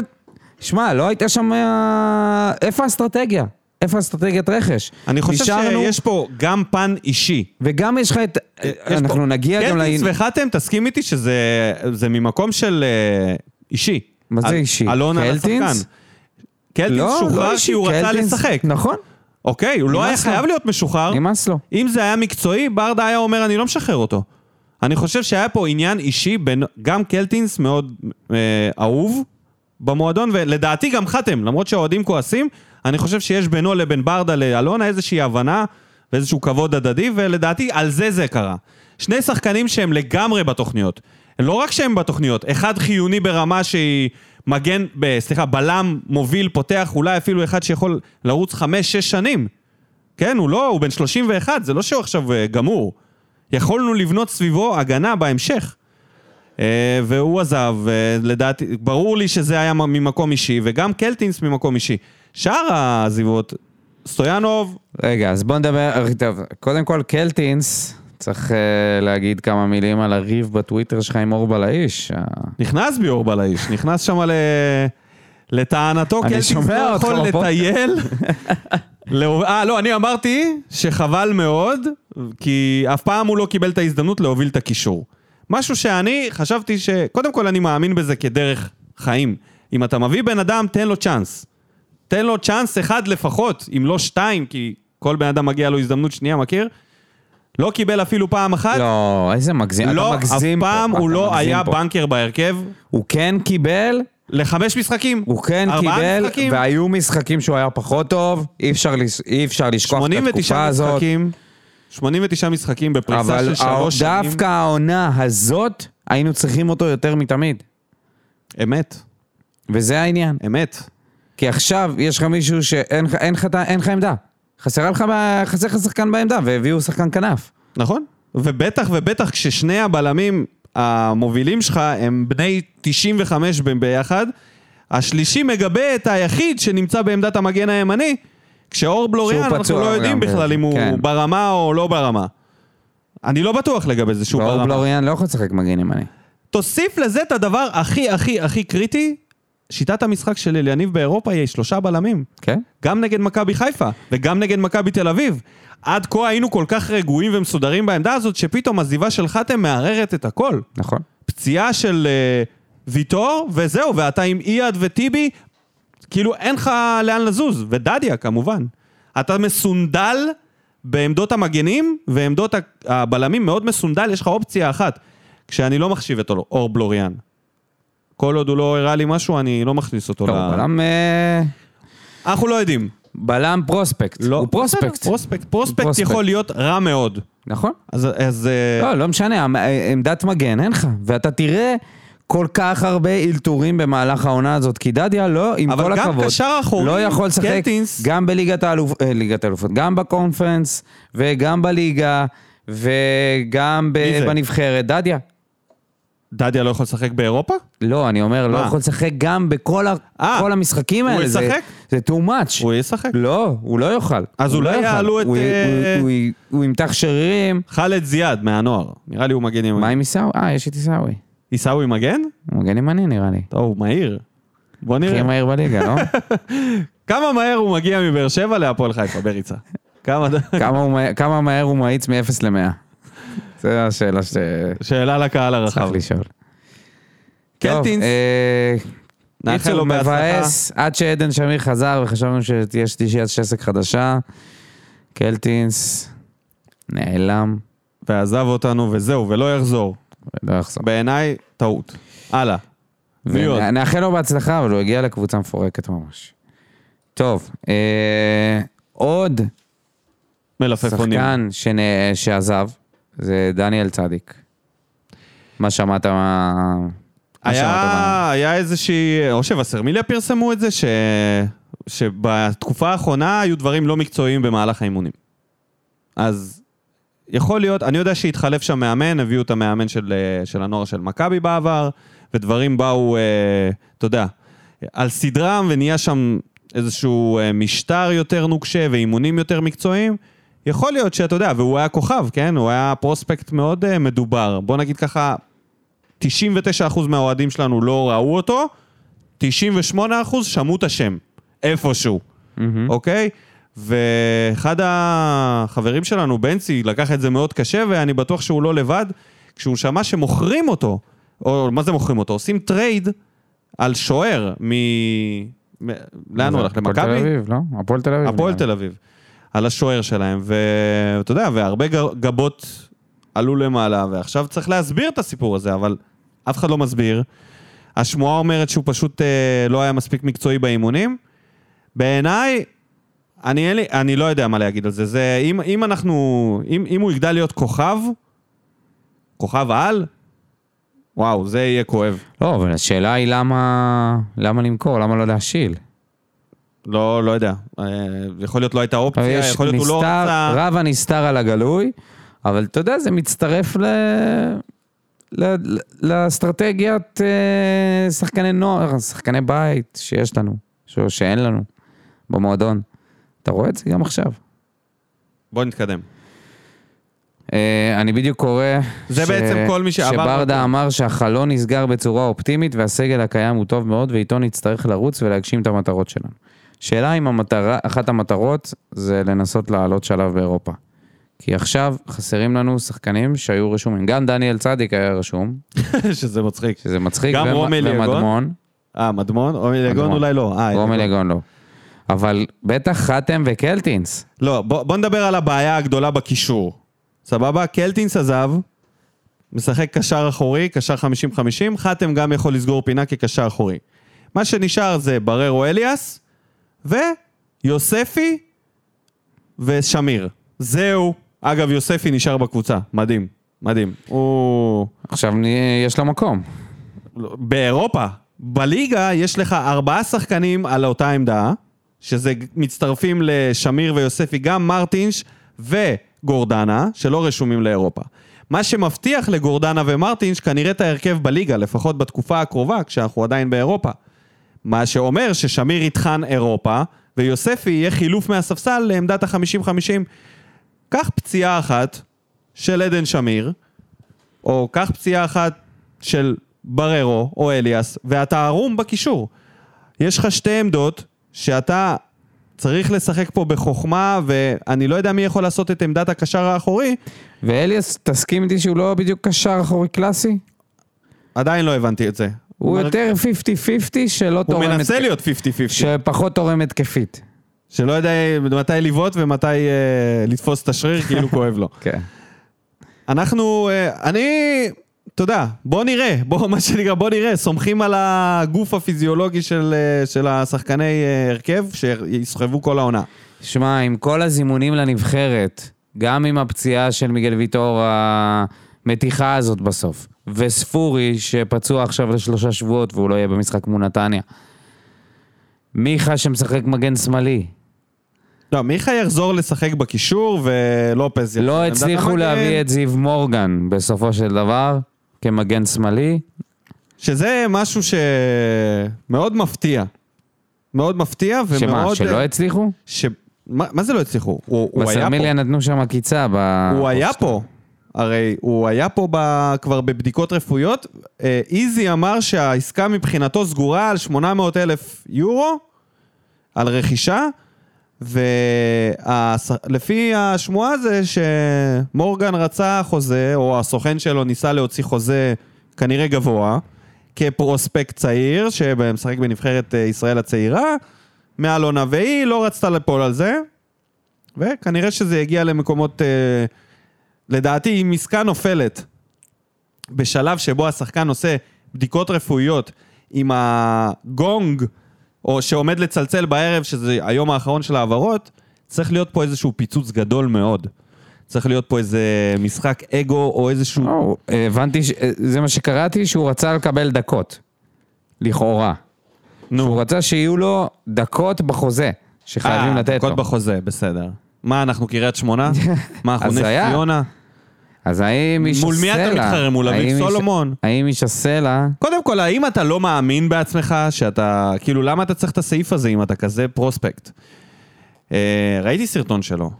B: שמע, לא הייתה שם... אה, איפה האסטרטגיה? איפה אסטרטגיית רכש?
A: אני חושב
B: נשארנו,
A: שיש פה גם פן אישי.
B: וגם יש לך את...
A: יש
B: אנחנו
A: פה-
B: נגיע גם ל...
A: קלטינס וחתם, תסכים איתי שזה זה ממקום של אה, אישי.
B: מה זה
A: אל-
B: אישי?
A: אלון על השחקן.
B: קלטינס? לא,
A: קלטינס שוחרר
B: אישי,
A: כי הוא רצה
B: קלטינס-
A: לשחק. אה.
B: נכון,
A: אוקיי, הוא לא היה
B: נמאס לו.
A: חייב להיות משוחרר.
B: נמאס לו.
A: אם זה היה מקצועי, ברדה היה אומר, אני לא משחרר אותו. אני חושב שהיה פה עניין אישי בין... גם קלטינס מאוד אה, אהוב במועדון, ולדעתי גם חתם, למרות שהאוהדים כועסים, אני חושב שיש בינו לבין ברדה לאלונה איזושהי הבנה ואיזשהו כבוד הדדי, ולדעתי על זה זה קרה. שני שחקנים שהם לגמרי בתוכניות. לא רק שהם בתוכניות, אחד חיוני ברמה שהיא מגן, ב- סליחה, בלם, מוביל, פותח, אולי אפילו אחד שיכול לרוץ חמש-שש שנים. כן, הוא לא, הוא בן 31, זה לא שהוא עכשיו אה, גמור. יכולנו לבנות סביבו הגנה בהמשך. אה, והוא עזב, אה, לדעתי, ברור לי שזה היה מ- ממקום אישי, וגם קלטינס ממקום אישי. שאר העזיבות, סטויאנוב,
B: רגע, אז בוא נדבר... אה, טוב, קודם כל, קלטינס, צריך אה, להגיד כמה מילים על הריב בטוויטר שלך עם אור בלעיש. אה,
A: נכנס ביאור בלעיש, נכנס שם ל... לטענתו,
B: אני
A: קלטינס
B: שומע
A: לא
B: אותך
A: יכול
B: בפודקאסט.
A: לטייל. לא- אה, לא, אני אמרתי שחבל מאוד, כי אף פעם הוא לא קיבל את ההזדמנות להוביל את הקישור. משהו שאני חשבתי ש... קודם כל, אני מאמין בזה כדרך חיים. אם אתה מביא בן אדם, תן לו צ'אנס. תן לו צ'אנס אחד לפחות, אם לא שתיים, כי כל בן אדם מגיע לו הזדמנות שנייה, מכיר? לא קיבל אפילו פעם אחת.
B: לא, איזה מגזים,
A: אה. לא,
B: אתה
A: אף
B: מגזים פה.
A: פעם הוא
B: אתה
A: לא
B: מגזים
A: היה
B: פה.
A: בנקר בהרכב.
B: הוא כן קיבל,
A: לחמש משחקים.
B: הוא כן
A: ארבעה
B: קיבל,
A: משחקים.
B: והיו משחקים שהוא היה פחות טוב, אי אפשר, לש- אי אפשר לשכוח את
A: 89
B: התקופה הזאת.
A: משחקים. 89 משחקים בפריסה
B: אבל
A: של שלוש
B: הא-
A: שנים.
B: דווקא העונה הזאת, היינו צריכים אותו יותר מתמיד.
A: אמת,
B: וזה העניין.
A: אמת.
B: כי עכשיו יש לך מישהו שאין לך- אין לך את ה- אין לך עמדה. חסרה לך, ב- חסר לך שחקן בעמדה, והביאו שחקן כנף.
A: נכון. ובטח ובטח כששני הבלמים המובילים שלך הם בני 95 ב- ביחד, השלישי מגבה את היחיד שנמצא בעמדת המגן הימני, כשאור בלוריאן אנחנו
B: פצוע
A: לא יודעים
B: גם,
A: בכלל אם הוא
B: כן.
A: ברמה או לא ברמה. אני לא בטוח לגבי זה שהוא
B: ואור
A: ברמה.
B: בלוריאן לא יכול לשחק מגן ימני.
A: תוסיף לזה את הדבר הכי הכי הכי קריטי, שיטת המשחק של אליניב באירופה היא שלושה בלמים.
B: כן?
A: גם נגד מכבי חיפה, וגם נגד מכבי תל אביב. עד כה היינו כל כך רגועים ומסודרים בעמדה הזאת, שפתאום עזיבה של חתם מערערת את הכל.
B: נכון.
A: פציעה של אה, ויטור, וזהו, ואתה עם אייד וטיבי, כאילו אין לך לאן לזוז, ודדיה כמובן. אתה מסונדל בעמדות המגנים, ועמדות ה- הבלמים מאוד מסונדל, יש לך אופציה אחת, כשאני לא מחשיב את אור- אור בלוריאן. כל עוד הוא לא הראה לי משהו, אני לא מכניס אותו ל...
B: לא, הוא בלם... אה,
A: אנחנו לא יודעים.
B: בלם פרוספקט.
A: לא.
B: הוא
A: בסדר,
B: פרוספקט.
A: פרוספקט. פרוספקט
B: פרוספקט.
A: יכול להיות רע מאוד.
B: נכון.
A: אז... אז אה,
B: לא, לא משנה, המ- אה, עמדת מגן, אין לך. ואתה תראה כל כך הרבה אלתורים במהלך העונה הזאת, כי דדיה לא, עם
A: אבל
B: כל
A: גם
B: הכבוד,
A: קשר אחורי,
B: לא יכול לשחק
A: קלטינס-
B: גם בליגת האלופ- אה, ליגת האלופות, גם בקונפרנס, וגם בליגה, וגם ב-
A: מי זה?
B: בנבחרת. דדיה.
A: דדיה לא יכול לשחק באירופה?
B: לא, אני אומר, לא
A: מה?
B: יכול לשחק גם בכל ה-
A: אה,
B: כל המשחקים
A: הוא
B: האלה. זה-
A: ישחק?
B: זה too much.
A: הוא ישחק.
B: לא, הוא לא יוכל.
A: אז
B: הוא
A: אולי
B: לא יוכל.
A: יעלו את,
B: הוא-
A: אה,
B: הוא- הוא- הוא ימתח שרירים.
A: חאלד זיאד מהנוער. נראה לי הוא מגן ימני.
B: מה עם עיסאווי? אה, יש את עיסאווי.
A: עיסאווי מגן?
B: הוא מגן ימני נראה לי.
A: טוב, הוא מהיר. בוא
B: הכי
A: נראה.
B: מהיר בליגה, לא?
A: כמה מהר הוא מגיע מבאר שבע להפועל חיפה בריצה? כמה...
B: כמה הוא מה- כמה מהר הוא מאיץ מ-0 ל-100? זו השאלה שצריך
A: שאלה לקהל הרחב.
B: לשאול.
A: קלטינס,
B: טוב, אה,
A: כן, נאחל לו
B: קיצור,
A: בהצלחה.
B: מבאס, עד שעדן שמיר חזר וחשבנו שתהיה שלישיית שסק חדשה. קלטינס נעלם
A: ועזב אותנו וזהו, ולא יחזור.
B: ולא יחזור.
A: בעיניי, טעות. הלאה. מי עוד?
B: נאחל לו בהצלחה, אבל הוא הגיע לקבוצה מפורקת ממש. טוב, אה, עוד
A: מלפפונים.
B: שחקן שנ- שעזב, זה דניאל צדיק. מה שמעת מה... מה שמעת מה-
A: היה, היה איזושהי, או שווסרמיליה פרסמו את זה, ש... שבתקופה האחרונה היו דברים לא מקצועיים במהלך האימונים. אז יכול להיות, אני יודע שהתחלף שם מאמן, הביאו את המאמן של, אה, של הנוער של מכבי בעבר, ודברים באו, אה, אתה יודע, על סדרם, ונהיה שם איזשהו אה, משטר יותר נוקשה ואימונים יותר מקצועיים. יכול להיות שאתה יודע, והוא היה כוכב, כן? הוא היה פרוספקט מאוד אה, מדובר. בוא נגיד ככה, 99% מהאוהדים שלנו לא ראו אותו, 98% שמעו את השם, איפשהו, אוקיי? ואחד החברים שלנו, בנצי, לקח את זה מאוד קשה, ואני בטוח שהוא לא לבד, כשהוא שמע שמוכרים אותו, או מה זה מוכרים אותו? עושים טרייד על שוער מ... מ- לאן הוא הלך?
B: הפועל תל
A: למכבי?
B: אביב, לא? הפועל תל אביב.
A: הפועל
B: נראה לי.
A: תל אביב, על השוער שלהם, ואתה יודע, והרבה גר- גבות עלו למעלה, ועכשיו צריך להסביר את הסיפור הזה, אבל אף אחד לא מסביר. השמועה אומרת שהוא פשוט אה, לא היה מספיק מקצועי באימונים. בעיניי, אני, אין לי, אני לא יודע מה להגיד על זה. זה אם, אם אנחנו, אם, אם הוא יגדל להיות כוכב, כוכב על, וואו, זה יהיה כואב.
B: לא, אבל השאלה היא למה... למה למכור? למה לא להשיל?
A: לא, לא יודע. אה, יכול להיות לא הייתה אופציה,
B: יש
A: יכול להיות הוא לא
B: נסתר-
A: רצה.
B: רב הנסתר על הגלוי, אבל אתה יודע, זה מצטרף ל... ל- ל- לאסטרטגיית אה, שחקני נוער, שחקני בית שיש לנו, ש- שאין לנו במועדון. אתה רואה את זה גם עכשיו.
A: בוא נתקדם.
B: אה, אני בדיוק קורא...
A: זה בעצם כל מי שעבר
B: שברדה
A: מקום.
B: אמר שהחלון נסגר בצורה אופטימית והסגל הקיים הוא טוב מאוד ואיתו נצטרך לרוץ ולהגשים את המטרות שלנו. שאלה אם המטרה, אחת המטרות זה לנסות לעלות שלב באירופה. כי עכשיו חסרים לנו שחקנים שהיו רשומים. גם דניאל צדיק היה רשום,
A: שזה מצחיק.
B: שזה מצחיק.
A: גם
B: ומ-
A: רומי ליגון?
B: ומדמון.
A: אה, מדמון? רומי לגון
B: מדמון.
A: אולי לא. אה,
B: רומי
A: לגון.
B: ליגון לא. אבל בטח חתם וקלטינס.
A: לא, בוא, בוא נדבר על הבעיה הגדולה בקישור. סבבה? קלטינס עזב, משחק קשר אחורי, קשר 50-50, חתם גם יכול לסגור פינה כקשר אחורי. מה שנשאר זה בררו אליאס, ויוספי ושמיר. זהו. אגב, יוספי נשאר בקבוצה. מדהים. מדהים. הוא...
B: עכשיו נ- יש לו מקום.
A: לא, באירופה, בליגה יש לך ארבעה שחקנים על אותה עמדה, שזה ג- מצטרפים לשמיר ויוספי, גם מרטינש וגורדנה, שלא רשומים לאירופה. מה שמבטיח לגורדנה ומרטינש כנראה את ההרכב בליגה, לפחות בתקופה הקרובה, כשאנחנו עדיין באירופה. מה שאומר ששמיר יטחן אירופה, ויוספי יהיה חילוף מהספסל לעמדת ה-50-50. קח פציעה אחת של עדן שמיר, או קח פציעה אחת של בררו או אליאס, ואתה ערום בקישור. יש לך שתי עמדות שאתה צריך לשחק פה בחוכמה, ואני לא יודע מי יכול לעשות את עמדת הקשר האחורי,
B: ואליאס, תסכים איתי שהוא לא בדיוק קשר אחורי קלאסי?
A: עדיין לא הבנתי את זה.
B: הוא
A: מר-
B: יותר 50-50 שלא
A: הוא
B: תורם...
A: מנסה
B: התק-
A: להיות 50-50,
B: שפחות תורם התקפית.
A: שלא יודע מתי לבעוט ומתי אה, לתפוס את השריר, כאילו כואב לו.
B: כן.
A: אנחנו, אה, אני אתה יודע, בוא נראה, בוא, מה שנקרא, בוא נראה, סומכים על הגוף הפיזיולוגי של, אה, של השחקני אה, הרכב, שיסחבו כל העונה.
B: שמע, עם כל הזימונים לנבחרת, גם עם הפציעה של מיגל ויטור, המתיחה הזאת בסוף, וספורי שפצוע עכשיו לשלושה שבועות והוא לא יהיה במשחק מול נתניה. מיכה שמשחק מגן שמאלי,
A: לא, מיכה יחזור לשחק בקישור, ולופז... יחזור
B: לא
A: לעמדת
B: הצליחו
A: המגן,
B: להביא את זיו מורגן בסופו של דבר, כמגן שמאלי.
A: שזה משהו שמאוד מפתיע. מאוד מפתיע ומאוד...
B: שמה, שלא הצליחו?
A: ש... מה, מה זה לא הצליחו? הוא, הוא היה פה.
B: בסרמיליה נתנו שם עקיצה. ב-
A: הוא היה פה. הרי הוא היה פה ב... כבר בבדיקות רפואיות. אה, איזי אמר שהעסקה מבחינתו סגורה על 800 אלף יורו, על רכישה, ולפי השמועה זה שמורגן רצה חוזה, או הסוכן שלו ניסה להוציא חוזה כנראה גבוה, כפרוספקט צעיר, שמשחק בנבחרת אה, ישראל הצעירה, מעל עונה והיא, לא רצתה ליפול על זה, וכנראה שזה יגיע למקומות... אה, לדעתי, אם עסקה נופלת בשלב שבו השחקן עושה בדיקות רפואיות עם הגונג, או שעומד לצלצל בערב, שזה היום האחרון של ההעברות, צריך להיות פה איזשהו פיצוץ גדול מאוד. צריך להיות פה איזה משחק אגו, או איזשהו...
B: לא, הבנתי, ש- זה מה שקראתי, שהוא רצה לקבל דקות. לכאורה.
A: נו,
B: הוא רצה שיהיו לו דקות בחוזה, שחייבים
A: אה,
B: לתת
A: הכל
B: לו.
A: בחוזה, בסדר. מה, אנחנו קריית שמונה? מה, אנחנו נס
B: הזיה.
A: ציונה?
B: אז האם איש הסלע...
A: מול מי אתה מתחרה? מול אביב
B: האם איש-
A: סולומון?
B: האם איש הסלע...
A: קודם כל, האם אתה לא מאמין בעצמך שאתה... כאילו, למה אתה צריך את הסעיף הזה אם אתה כזה פרוספקט? אה, ראיתי סרטון שלו.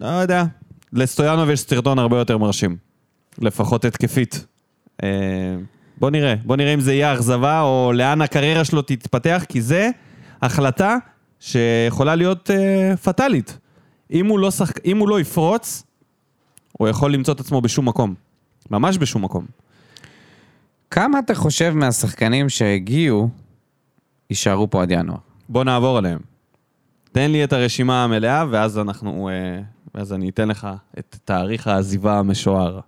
A: לא יודע. לסטויאנוב יש סרטון הרבה יותר מרשים. לפחות התקפית. אה, בוא נראה. בוא נראה אם זה יהיה אכזבה או לאן הקריירה שלו תתפתח, כי זה החלטה שיכולה להיות אה, פטאלית. אם הוא, לא שחק... אם הוא לא יפרוץ, הוא יכול למצוא את עצמו בשום מקום. ממש בשום מקום.
B: כמה אתה חושב מהשחקנים שהגיעו, יישארו פה עד ינואר?
A: בוא נעבור עליהם. תן לי את הרשימה המלאה, ואז אנחנו... אה, ואז אני אתן לך את תאריך העזיבה המשוער.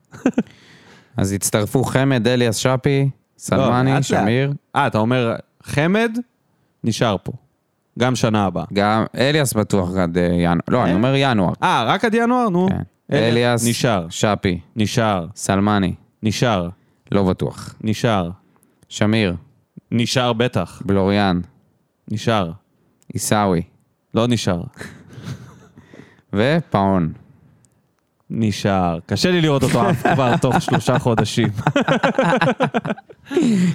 B: אז הצטרפו חמד, אליאס שפי,
A: לא, לאט
B: סלמני,
A: לאט.
B: שמיר.
A: אה, אתה אומר, חמד נשאר פה. גם שנה הבאה.
B: גם אליאס בטוח עד אה, ינואר. לא, אני אומר ינואר.
A: אה, רק עד ינואר? נו.
B: כן.
A: אלי-
B: אליאס,
A: נשאר,
B: שפי,
A: נשאר,
B: סלמני,
A: נשאר,
B: לא בטוח.
A: נשאר.
B: שמיר,
A: נשאר בטח,
B: בלוריאן,
A: נשאר.
B: עיסאווי
A: לא נשאר.
B: ופאון.
A: נשאר. קשה לי לראות אותו אף כבר תוך שלושה חודשים.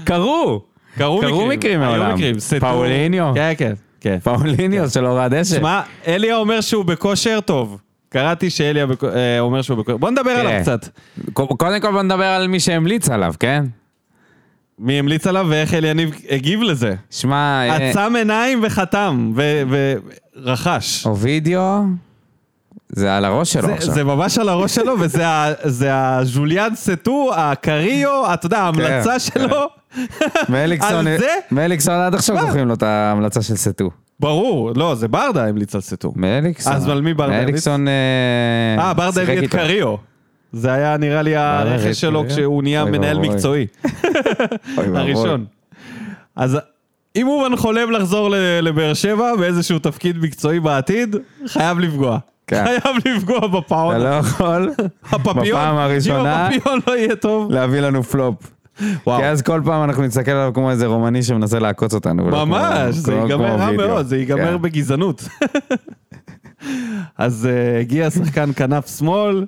B: קרו!
A: קרו מקרים.
B: קרו מקרים
A: היו
B: מעולם.
A: מקרים. סטור.
B: פאוליניו.
A: כן, כן. כן.
B: פאוליניו של הורד אשת.
A: שמע, אליה אומר שהוא בכושר טוב. קראתי שאליה בכ- אה, אומר שהוא בכושר. בוא נדבר עליו
B: תראה.
A: קצת.
B: ק- קודם כל בוא נדבר על מי שהמליץ עליו, כן?
A: מי המליץ עליו ואיך אליניב הגיב לזה.
B: שמע, אה,
A: עצם עיניים וחתם, ו- ורכש.
B: אובידיו, זה על הראש שלו
A: זה-
B: עכשיו.
A: זה ממש על הראש שלו, וזה ה- זה הז'וליאן סטו, הקריו, אתה יודע, ההמלצה
B: כן.
A: שלו,
B: מליקסון,
A: על זה?
B: מליקסון עד עכשיו זוכרים לו את ההמלצה של סטו.
A: ברור, לא, זה ברדה המליץ על סטו.
B: מליקסון.
A: אז על מי ברדה המליץ?
B: מליקסון... כן,
A: אה, ברדה הביא את קריו. זה היה נראה לי
B: הביא את
A: הרכש שלו
B: קריו?
A: כשהוא נהיה
B: אוי
A: מנהל
B: ואבוי.
A: מקצועי.
B: נכון.
A: הראשון. אז אם אובן חולם לחזור ל- לבאר שבע באיזשהו תפקיד מקצועי בעתיד, חייב לפגוע.
B: כן.
A: חייב לפגוע בפעון.
B: אתה לא יכול
A: הפפיון.
B: בפעם הראשונה-
A: אם הפפיון לא יהיה טוב.
B: להביא לנו פלופ.
A: וואו.
B: כי אז כל פעם אנחנו נסתכל עליו כמו איזה רומני שמנסה לעקוץ אותנו. ולא
A: ממש,
B: כמו-
A: זה
B: כמו-
A: ייגמר
B: כמו
A: רע
B: וידאו.
A: מאוד, זה ייגמר
B: כן.
A: בגזענות. אז אה, הגיע שחקן כנף שמאל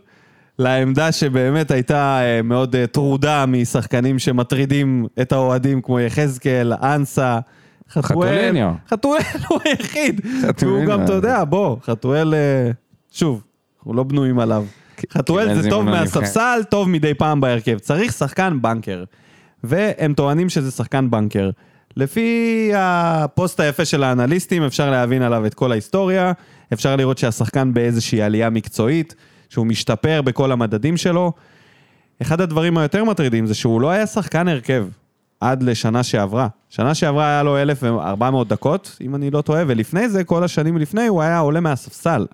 A: לעמדה שבאמת הייתה אה, מאוד אה, טרודה משחקנים שמטרידים את האוהדים כמו יחזקאל, אנסה, חתואל.
B: חתואליניו.
A: חתואל הוא היחיד. והוא
B: חתואליניו.
A: גם, אתה יודע, בוא, חתואל, אה, שוב, אנחנו לא בנויים עליו.
B: כן.
A: חתואל
B: קיבל
A: זה
B: זימון
A: טוב
B: לנבחרת.
A: מהספסל, טוב מדי פעם בהרכב. צריך שחקן בנקר. והם טוענים שזה שחקן בנקר. לפי הפוסט היפה של האנליסטים, אפשר להבין עליו את כל ההיסטוריה, אפשר לראות שהשחקן באיזושהי עלייה מקצועית, שהוא משתפר בכל המדדים שלו. אחד הדברים היותר מטרידים זה שהוא לא היה שחקן הרכב עד לשנה שעברה. שנה שעברה היה לו 1,400 דקות, אם אני לא טועה, ולפני זה, כל השנים לפני, הוא היה עולה מהספסל.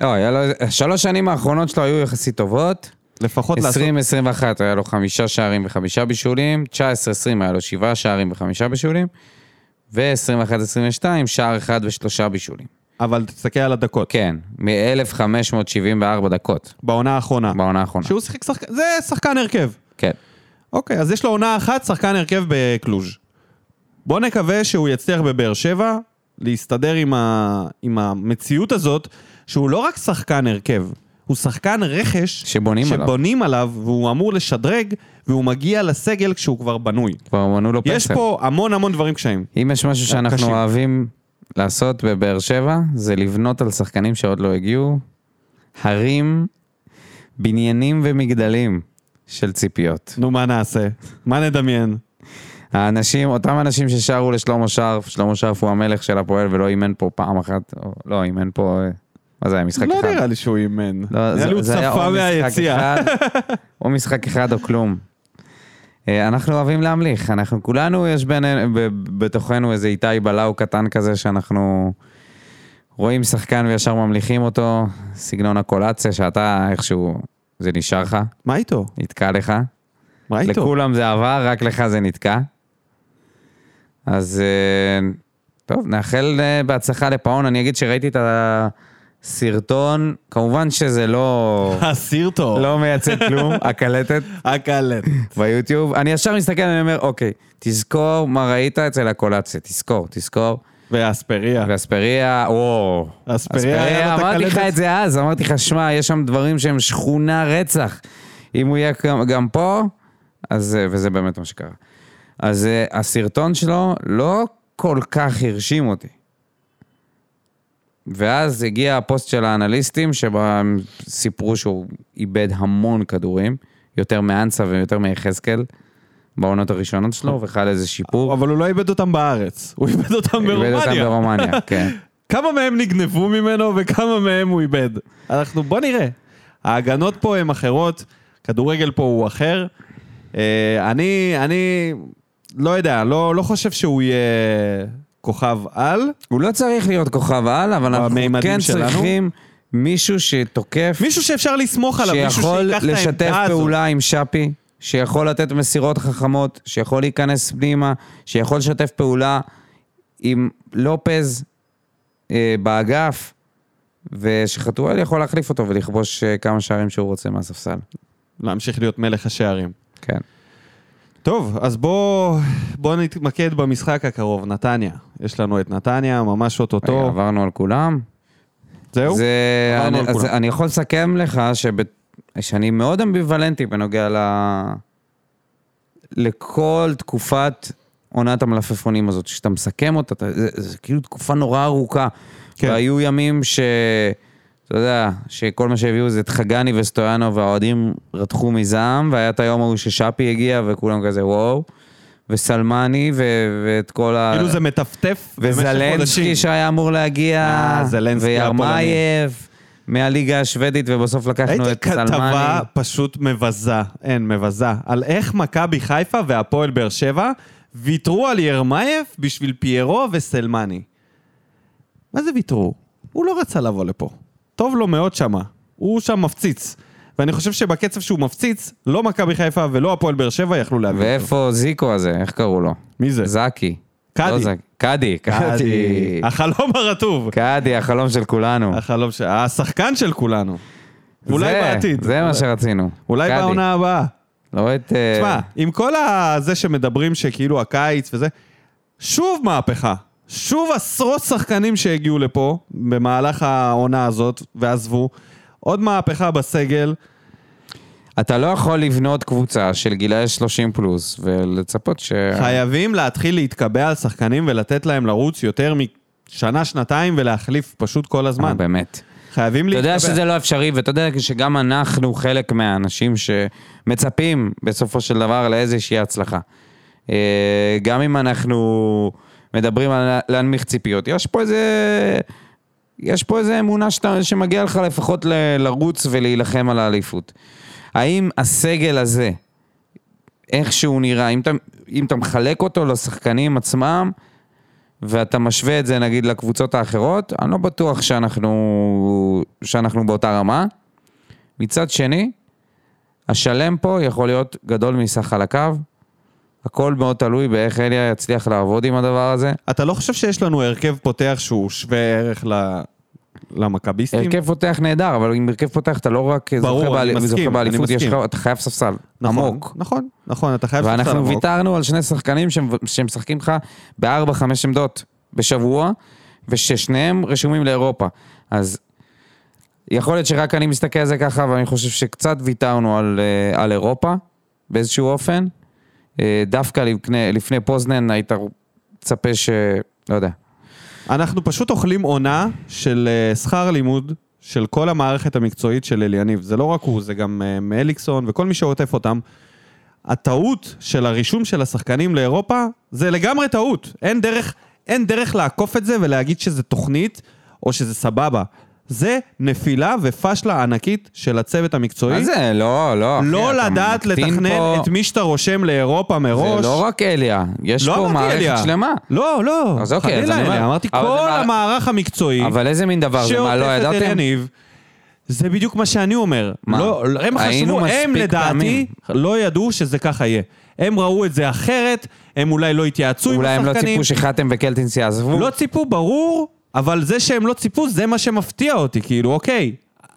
B: לא, היה לו... שלוש שנים האחרונות שלו היו יחסית טובות.
A: לפחות לעשות...
B: 20-21 היה לו חמישה שערים וחמישה בישולים, 19-20 היה לו שבעה שערים וחמישה בישולים, ו-21-22 שער אחד ושלושה בישולים.
A: אבל תסתכל על הדקות.
B: כן, מ-1574 דקות
A: בעונה האחרונה.
B: בעונה האחרונה.
A: שהוא שיחק שחקן... זה שחקן הרכב.
B: כן.
A: אוקיי, אז יש לו עונה אחת, שחקן הרכב בקלוז'. בוא נקווה שהוא יצליח בבאר שבע להסתדר עם, ה... עם המציאות הזאת, שהוא לא רק שחקן הרכב, הוא שחקן רכש
B: שבונים עליו.
A: שבונים עליו, והוא אמור לשדרג, והוא מגיע לסגל כשהוא כבר בנוי.
B: כבר מנו לו פסל.
A: יש פה אה, המון המון דברים קשיים.
B: אם יש משהו שאנחנו
A: קשים.
B: אוהבים לעשות בבאר שבע, זה לבנות על שחקנים שעוד לא הגיעו, הרים, בניינים ומגדלים של ציפיות.
A: נו, מה נעשה? מה נדמיין?
B: האנשים, אותם אנשים ששרו לשלמה שרף, שלמה שרף הוא המלך של הפועל ולא אימן פה פעם אחת, או, לא, אימן פה, אה, מה זה היה, משחק
A: לא
B: אחד?
A: נראה לי שהוא אימן.
B: לא,
A: נראה לי הוא
B: זה היה
A: צפה
B: או משחק
A: מהיציע.
B: אחד, או משחק אחד או כלום. אה, אנחנו אוהבים להמליך, אנחנו כולנו, יש בינינו, ב- בתוכנו איזה איתי בלאו קטן כזה שאנחנו רואים שחקן וישר ממליכים אותו, סגנון הקולציה שאתה איכשהו, זה נשאר לך,
A: מה איתו?
B: נתקע לך.
A: מה אה, איתו?
B: לכולם זה עבר, רק לך זה נתקע. אז אה, טוב, נאחל אה, בהצלחה לפאון. אני אגיד שראיתי את הסרטון, כמובן שזה לא,
A: הסרטו.
B: לא מייצג כלום, הקלטת
A: הקלט.
B: ביוטיוב. אני ישר מסתכל ואני אומר, אוקיי, תזכור מה ראית אצל הקולציה, תזכור, תזכור.
A: ואספריה.
B: ואספריה, וואו.
A: אספריה, היה לו את
B: אמרתי לך
A: הקלטת.
B: את זה אז, אמרתי לך, שמע, יש שם דברים שהם שכונה רצח. אם הוא יהיה גם- גם פה, אז, אה, וזה באמת מה שקרה. אז אה, הסרטון שלו לא כל כך הרשים אותי. ואז הגיע הפוסט של האנליסטים, שבה הם סיפרו שהוא איבד המון כדורים, יותר מאנסה ויותר מיחזקאל, בעונות הראשונות שלו, וחל איזה שיפור.
A: אבל הוא לא איבד אותם בארץ, הוא איבד אותם
B: איבד אותם
A: ברומניה.
B: ברומניה, כן.
A: כמה מהם נגנבו ממנו וכמה מהם הוא איבד. אנחנו, בוא נראה. ההגנות פה הן אחרות, כדורגל פה הוא אחר. אה, אני, אני לא יודע, לא, לא חושב שהוא יהיה כוכב על.
B: הוא לא צריך להיות כוכב על, אבל אנחנו
A: בממדים
B: כן
A: שלנו.
B: צריכים מישהו שתוקף,
A: מישהו שאפשר לסמוך עליו, מישהו
B: שיכול
A: שיקח את
B: לשתף
A: העמדה הזאת.
B: פעולה עם שפי, שיכול לתת מסירות חכמות, שיכול להיכנס פנימה, שיכול לשתף פעולה עם לופז אה, באגף, ושחתואל יכול להחליף אותו ולכבוש אה, כמה שערים שהוא רוצה מהספסל.
A: להמשיך להיות מלך השערים.
B: כן.
A: טוב, אז בוא, בוא נתמקד במשחק הקרוב, נתניה. יש לנו את נתניה, ממש
B: רגע,
A: אוטוטו.
B: עברנו על כולם.
A: זהו?
B: זה,
A: עברנו
B: אני,
A: על
B: אז
A: כולם.
B: אני יכול לסכם לך שב, שאני מאוד אמביוולנטי בנוגע ל... לכל תקופת עונת המלפפונים הזאת, שאתה מסכם אותה, אתה, זה, זה כאילו תקופה נורא ארוכה.
A: כן.
B: כן. והיו ימים ש... אתה יודע, שכל מה שהביאו זה את חגני וסטויאנו והאוהדים רתחו מזעם, והיה את היום ההוא ששאפי הגיע וכולם כזה וואו, וסלמני ו- ואת כל ה...
A: כאילו זה מטפטף במשך חודשים.
B: וזלנסקי שהיה אמור להגיע,
A: אה, זלנסקי
B: וירמייב, מהליגה השוודית, ובסוף לקחנו
A: ראיתי
B: את סלמני.
A: כתבה פשוט מבזה, אין, מבזה, על איך מכבי חיפה והפועל באר שבע ויתרו על ירמייב בשביל פיירו וסלמני. מה זה ויתרו? הוא לא רצה לבוא לפה. טוב לו מאוד שמה. הוא שם מפציץ. ואני חושב שבקצב שהוא מפציץ, לא מכבי חיפה ולא הפועל באר שבע יכלו להביא.
B: ואיפה זיקו הזה, איך קראו לו?
A: מי זה?
B: זקי.
A: קאדי.
B: לא זקי. קאדי, קאדי.
A: החלום הרטוב.
B: קאדי, החלום של כולנו.
A: החלום ש... השחקן של כולנו. אולי
B: זה-
A: בעתיד.
B: זה מה שרצינו.
A: אולי
B: קאדי.
A: בעונה הבאה.
B: לא את... אה,
A: תשמע, עם כל ה- זה שמדברים שכאילו הקיץ וזה, שוב מהפכה. שוב עשרות שחקנים שהגיעו לפה במהלך העונה הזאת ועזבו. עוד מהפכה בסגל.
B: אתה לא יכול לבנות קבוצה של גילאי 30 פלוס ולצפות ש...
A: חייבים להתחיל להתקבע על שחקנים ולתת להם לרוץ יותר משנה, שנתיים ולהחליף פשוט כל
B: אה,
A: הזמן.
B: באמת.
A: חייבים
B: אתה
A: להתקבע.
B: יודע שזה לא אפשרי, ואתה יודע שגם אנחנו חלק מהאנשים שמצפים בסופו של דבר לאיזושהי הצלחה. אה, גם אם אנחנו מדברים על להנמיך ציפיות, יש פה איזה... יש פה איזו אמונה שאתה, שמגיע לך לפחות ל, לרוץ ולהילחם על האליפות. האם הסגל הזה, איך שהוא נראה, אם אתה, אם אתה מחלק אותו לשחקנים עצמם, ואתה משווה את זה נגיד לקבוצות האחרות, אני לא בטוח שאנחנו, שאנחנו באותה רמה. מצד שני, השלם פה יכול להיות גדול מסך על הקו. הכל מאוד תלוי באיך אליה יצליח לעבוד עם הדבר הזה.
A: אתה לא חושב שיש לנו הרכב פותח שהוא שווה ערך ל... למכביסטים?
B: הרכב פותח נהדר, אבל עם הרכב פותח אתה לא רק
A: ברור,
B: זוכה,
A: אני
B: באל...
A: מסכים,
B: זוכה
A: אני
B: באליפות, יש
A: מסכים.
B: לך, אתה חייב ספסל
A: נכון,
B: עמוק.
A: נכון, נכון, אתה חייב ספסל
B: ואנחנו
A: עמוק.
B: ויתרנו על שני שחקנים שמב- שמשחקים לך בארבע, חמש עמדות בשבוע, וששניהם רשומים לאירופה. אז יכול להיות שרק אני מסתכל על זה ככה, ואני חושב שקצת ויתרנו על, אה, על אירופה באיזשהו אופן. אה, דווקא לפני, לפני פוזנן היית מצפה ש... לא יודע.
A: אנחנו פשוט אוכלים עונה של אה, שכר לימוד של כל המערכת המקצועית של אליניב. זה לא רק הוא, זה גם אה, מאליקסון וכל מי שעוטף אותם. הטעות של הרישום של השחקנים לאירופה, זה לגמרי טעות. אין דרך, אין דרך לעקוף את זה ולהגיד שזה תוכנית או שזה סבבה. זה נפילה ופשלה ענקית של הצוות המקצועי.
B: מה זה? לא, לא. אחי,
A: לא
B: אתה
A: לדעת
B: מקטין
A: לתכנן
B: פה-
A: את מי שאתה רושם לאירופה מראש.
B: זה לא רק אליה, יש
A: לא
B: פה
A: אמרתי
B: מערכת
A: אליה.
B: שלמה.
A: לא, לא.
B: אז אוקיי, אז
A: חלילה,
B: אני אומר-
A: אליה. אמרתי
B: אבל זה
A: כל
B: מה-
A: המערך המקצועי.
B: אבל איזה מין דבר זה? מה, לא
A: שעוטף את
B: ידעתם?
A: אליניב, זה בדיוק מה שאני אומר.
B: מה?
A: לא, הם
B: היינו
A: חשבו, הם
B: מספיק
A: לדעתי
B: פעמים.
A: לא ידעו שזה ככה יהיה. הם ראו את זה אחרת, הם אולי לא התייעצו עם
B: אולי
A: השחקנים.
B: הם לא ציפו שחתם וקלטינס יעזבו.
A: לא ציפו, ברור, אבל זה שהם לא ציפו, זה מה שמפתיע אותי, כאילו, אוקיי,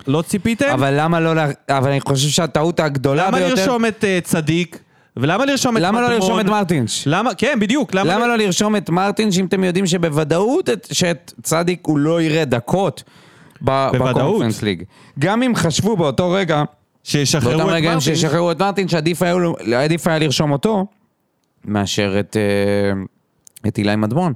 A: לא ציפיתם?
B: אבל למה לא, לה- אבל אני חושב שהטעות הגדולה
A: למה
B: ביותר...
A: לרשום את אה, צדיק? ולמה לרשום את
B: למה לא
A: מדמון?
B: לרשום את מרטינש?
A: למה, כן, בדיוק, למה...
B: למה לא לרשום את מרטינש אם אתם יודעים שבוודאות את- שאת צדיק הוא לא יראה דקות ב-
A: בוודאות.
B: בקונפרנס ליג? גם אם חשבו באותו רגע,
A: שישחררו את
B: באותם רגעים
A: מרטינש?
B: ששחררו את מרטינש, שעדיף היה לו- עדיף היה לרשום אותו מאשר את... אה, את אילי מדמון,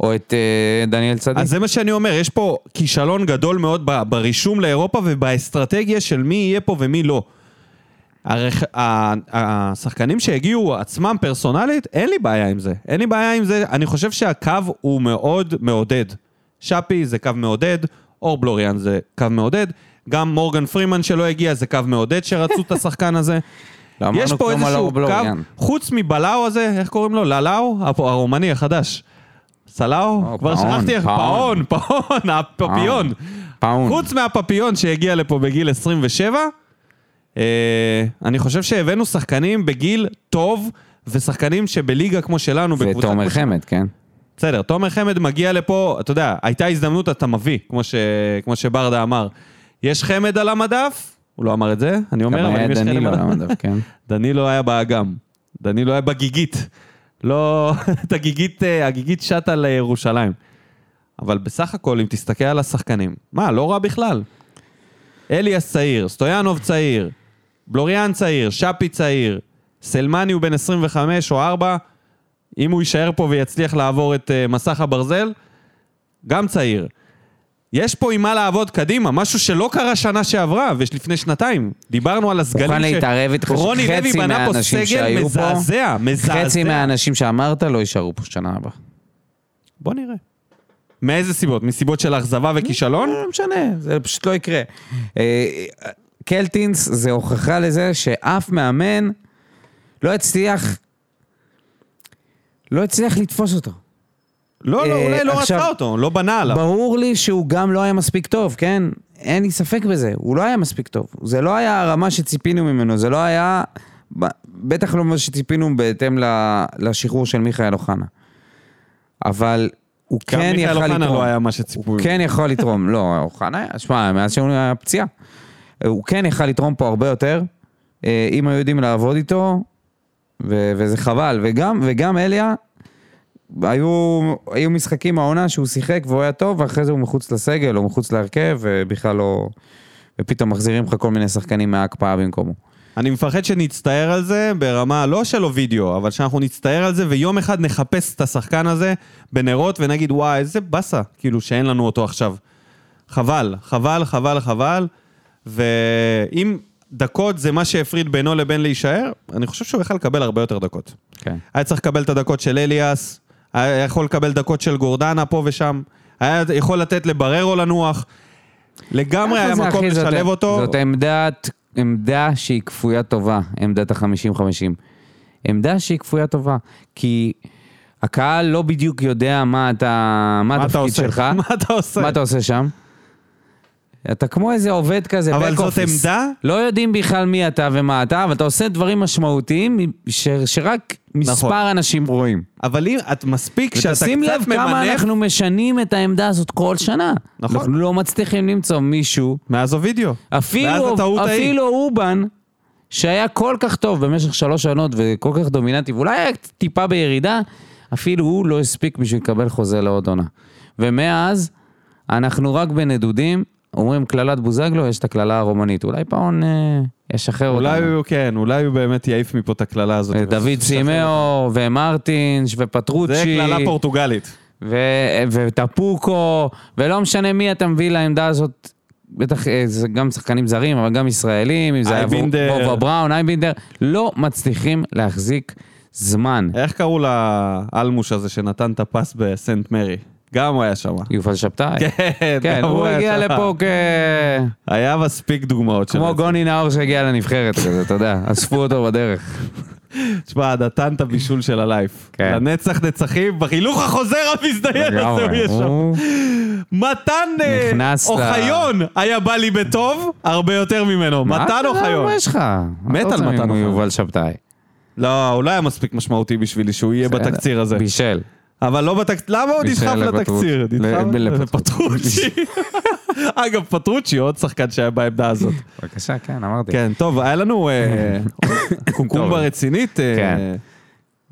B: או את אה, דניאל צדיק.
A: אז זה מה שאני אומר, יש פה כישלון גדול מאוד ב- ברישום לאירופה ובאסטרטגיה של מי יהיה פה ומי לא. הרכ... ה- השחקנים שהגיעו עצמם פרסונלית, אין לי בעיה עם זה. אין לי בעיה עם זה, אני חושב שהקו הוא מאוד מעודד. שפי זה קו מעודד, אור בלוריאן זה קו מעודד, גם מורגן פרימן שלא הגיע זה קו מעודד שרצו את השחקן הזה.
B: לא
A: יש
B: אמרנו
A: פה
B: כלום על
A: איזשהו
B: אור בלוריאן.
A: קו, חוץ מבלאו הזה, איך קוראים לו? ללאו? הפ- הרומני החדש. סלאו?
B: או,
A: כבר
B: פאון,
A: שכחתי איך... פאון,
B: פאון.
A: פאון, הפפיון.
B: פאון.
A: חוץ מהפפיון שהגיע לפה בגיל 27, אה, אני חושב שהבאנו שחקנים בגיל טוב, ושחקנים שבליגה כמו שלנו, בקבוצה
B: ותומר
A: כמו שלנו.
B: חמד, כן.
A: בסדר, תומר חמד מגיע לפה, אתה יודע, הייתה הזדמנות, אתה מביא, כמו, ש... כמו שברדה אמר. יש חמד על המדף, הוא לא אמר את זה, אני
B: גם
A: אומר, אבל
B: היה
A: אם יש חמד
B: דנילו
A: על המדף...
B: למדף, כן.
A: דנילו לא היה באגם. דנילו היה בגיגית. לא, את הגיגית, אה, הגיגית שטה לירושלים. אבל בסך הכל, אם תסתכל על השחקנים, מה, לא רע בכלל. אליאס צעיר, סטויאנוב צעיר, בלוריאן צעיר, שפי צעיר, סלמני הוא בן 25 או 4, אם הוא יישאר פה ויצליח לעבור את אה, מסך הברזל, גם צעיר. יש פה עם מה לעבוד קדימה, משהו שלא קרה שנה שעברה ולפני שנתיים. דיברנו על הסגלים
B: מוכן להתערב איתך
A: רוני לוי
B: שחצי
A: בנה פה
B: מהאנשים
A: סגל
B: שהיו פה,
A: מזעזע, מזעזע.
B: חצי מהאנשים שאמרת לא יישארו פה שנה הבאה.
A: בוא נראה. מאיזה סיבות? מסיבות של אכזבה וכישלון?
B: לא משנה, זה פשוט לא יקרה. אה, קלטינס זה הוכחה לזה שאף מאמן לא הצליח, לא הצליח לתפוס אותו.
A: לא, לא,
B: אה,
A: אולי לא
B: עכשיו-
A: רצה אותו, לא בנה עליו.
B: ברור לי שהוא גם לא היה מספיק טוב, כן? אין לי ספק בזה, הוא לא היה מספיק טוב. זה לא היה הרמה שציפינו ממנו, זה לא היה... ב- בטח לא מה שציפינו בהתאם ל- לשחרור של מיכאל אוחנה. אבל הוא
A: גם
B: כן
A: מיכאל
B: יכל לתרום.
A: אוחנה לא היה מה שציפו.
B: הוא כן יכול לתרום, לא, אוחנה, היה- שמע, מאז שהוא היה פציעה. הוא כן יכל לתרום פה הרבה יותר, אה, אם היו יודעים לעבוד איתו, ו- וזה חבל. וגם, וגם אליה, היו, היו משחקים העונה שהוא שיחק והוא היה טוב, ואחרי זה הוא מחוץ לסגל או מחוץ להרכב, ובכלל לא... ופתאום מחזירים לך כל מיני שחקנים מההקפאה במקומו.
A: אני מפחד שנצטער על זה ברמה לא של אובידיו, אבל שאנחנו נצטער על זה ויום אחד נחפש את השחקן הזה בנרות ונגיד וואי איזה באסה, כאילו שאין לנו אותו עכשיו. חבל, חבל, חבל, חבל. ואם דקות זה מה שהפריד בינו לבין להישאר, אני חושב שהוא יכל לקבל הרבה יותר דקות.
B: כן.
A: היה צריך לקבל את הדקות של אליאס, היה יכול לקבל דקות של גורדנה פה ושם, היה יכול לתת לבררו לנוח. לגמרי היה מקום לשלב אותו.
B: זאת עמדת, עמדה שהיא כפויה טובה, עמדת ה-50-50. עמדה שהיא כפויה טובה, כי הקהל לא בדיוק יודע מה אתה, מה
A: מה אתה
B: התפקיד
A: עושה?
B: שלך,
A: מה אתה עושה?
B: מה אתה עושה שם, אתה כמו איזה עובד כזה,
A: אבל
B: back
A: זאת
B: office.
A: עמדה?
B: לא יודעים בכלל מי אתה ומה אתה, אבל אתה עושה דברים משמעותיים ש, שרק מספר
A: נכון.
B: אנשים רואים.
A: אבל אם את מספיק שאתה קצת
B: ותשים לב
A: ממנף...
B: כמה אנחנו משנים את העמדה הזאת כל שנה.
A: נכון.
B: אנחנו לא מצליחים למצוא מישהו
A: מאז הווידאו.
B: אה,
A: מאז
B: אפילו,
A: הטעות ההיא.
B: אפילו אובן, שהיה כל כך טוב במשך שלוש שנות וכל כך דומיננטי, ואולי היה טיפה בירידה, אפילו הוא לא הספיק בשביל לקבל חוזה לעוד עונה. ומאז, אנחנו רק בנדודים, אומרים קללת בוזגלו, יש את הקללה הרומנית. אולי פאון אה, ישחרר
A: אולי
B: אותנו.
A: הוא, כן, אולי הוא באמת יעיף מפה את הקללה הזאת.
B: אה, דוד סימאו, ומרטינש, ופטרוצ'י.
A: זה קללה פורטוגלית.
B: ו- וטפוקו, ולא משנה מי אתה מביא לעמדה הזאת, בטח אה, זה גם שחקנים זרים, אבל גם ישראלים, אם זה היה
A: אייבינדר.
B: וובה בראון, אייבינדר, לא מצליחים להחזיק זמן.
A: איך קראו לאלמוש הזה שנתן את הפס בסנט מרי? גם הוא היה שם.
B: יובל שבתאי.
A: כן,
B: כן,
A: גם
B: הוא
A: היה
B: הגיע
A: שם.
B: לפה כ...
A: היה מספיק דוגמאות של
B: כמו
A: זה.
B: גוני נאור שהגיע לנבחרת כזה, אתה יודע, אספו אותו בדרך.
A: תשמע, נתן את הבישול של הלייף.
B: כן.
A: לנצח נצחים, בחילוך החוזר המזדיין הזה הוא יהיה שם.
B: הוא-
A: מתן אה,
B: נכנס ל-
A: אוחיון היה בא לי בטוב, הרבה יותר ממנו.
B: מה לא,
A: מתן
B: אתה-
A: אוחיון.
B: מה יש לך?
A: מת על מתן
B: אוחיון.
A: אוחיון.
B: יובל שבתאי.
A: לא, הוא לא היה מספיק משמעותי בשבילי שהוא יהיה בתקציר הזה.
B: בישל.
A: אבל לא בתקציר, למה הוא
B: בישל
A: נדחף
B: לפטרוץ'-
A: לתקציר?
B: ל-
A: נדחף
B: ב- לפטרוץ'.
A: לפטרוצ'י. אגב, פטרוצ'י עוד שחקן שהיה בעמדה הזאת.
B: בבקשה, כן, אמרתי.
A: כן, טוב, היה לנו אה, קוקומבה רצינית. אה,
B: כן.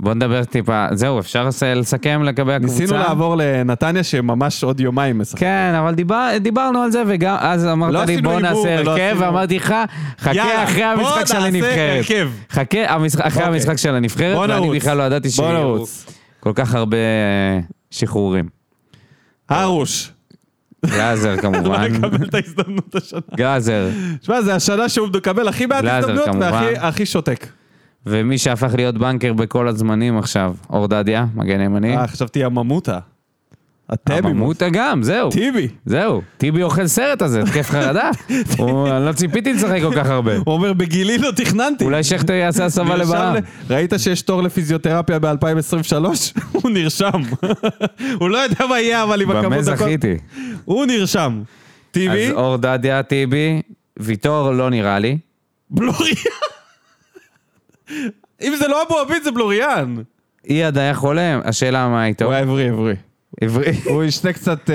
B: בוא נדבר טיפה, זהו, אפשר לס- לסכם לגבי הקבוצה?
A: ניסינו לעבור לנתניה שממש עוד יומיים משחק.
B: כן, אבל דיבר, דיברנו על זה, וגם אז אמרת
A: לא
B: לי
A: עשינו
B: בוא
A: הימור
B: נעשה
A: ולא
B: הרכב,
A: עשינו-
B: ואמרתי לך, חכה
A: יאללה,
B: אחרי
A: בוא
B: המשחק של
A: נעשה
B: הנבחרת.
A: הרכב.
B: חכה המשח- אחרי
A: אוקיי.
B: המשחק של הנבחרת,
A: בוא
B: ואני
A: נרוץ.
B: בכלל לא ידעתי
A: בוא
B: שיהיו
A: נרוץ.
B: כל כך הרבה אה, שחרורים.
A: הרוש.
B: גלאזר
A: לא
B: כמובן,
A: יקבל את ההזדמנות השנה.
B: גלאזר,
A: שמע, זה השנה שהוא מקבל הכי מעט
B: גלאזר,
A: הזדמנות
B: כמובן.
A: והכי הכי שותק.
B: ומי שהפך להיות בנקר בכל הזמנים עכשיו, אורדדיה, מגן ימני.
A: אה, חשבתי הממותה. הטבי.
B: הממותה גם, זהו.
A: טיבי.
B: זהו, טיבי אוכל סרט הזה, התקף חרדה. הוא- אני לא ציפיתי לשחק כל כך הרבה.
A: הוא אומר, בגילי לא תכננתי.
B: אולי שכטר יעשה הסבה
A: נרשם
B: לברם.
A: ל- ראית שיש תור לפיזיותרפיה ב-2023? הוא נרשם. הוא לא יודע מה יהיה, אבל עם הכמות...
B: במה
A: הכל-
B: זכיתי?
A: הוא נרשם. טיבי,
B: אז אור דדיה, טיבי, ויטור לא נראה לי.
A: בלוריאן. אם זה לא אבו עביד זה בלוריאן.
B: אייד היה חולם, השאלה מה איתו.
A: הוא היה עברי, עברי.
B: עברי.
A: הוא ישתה קצת אה,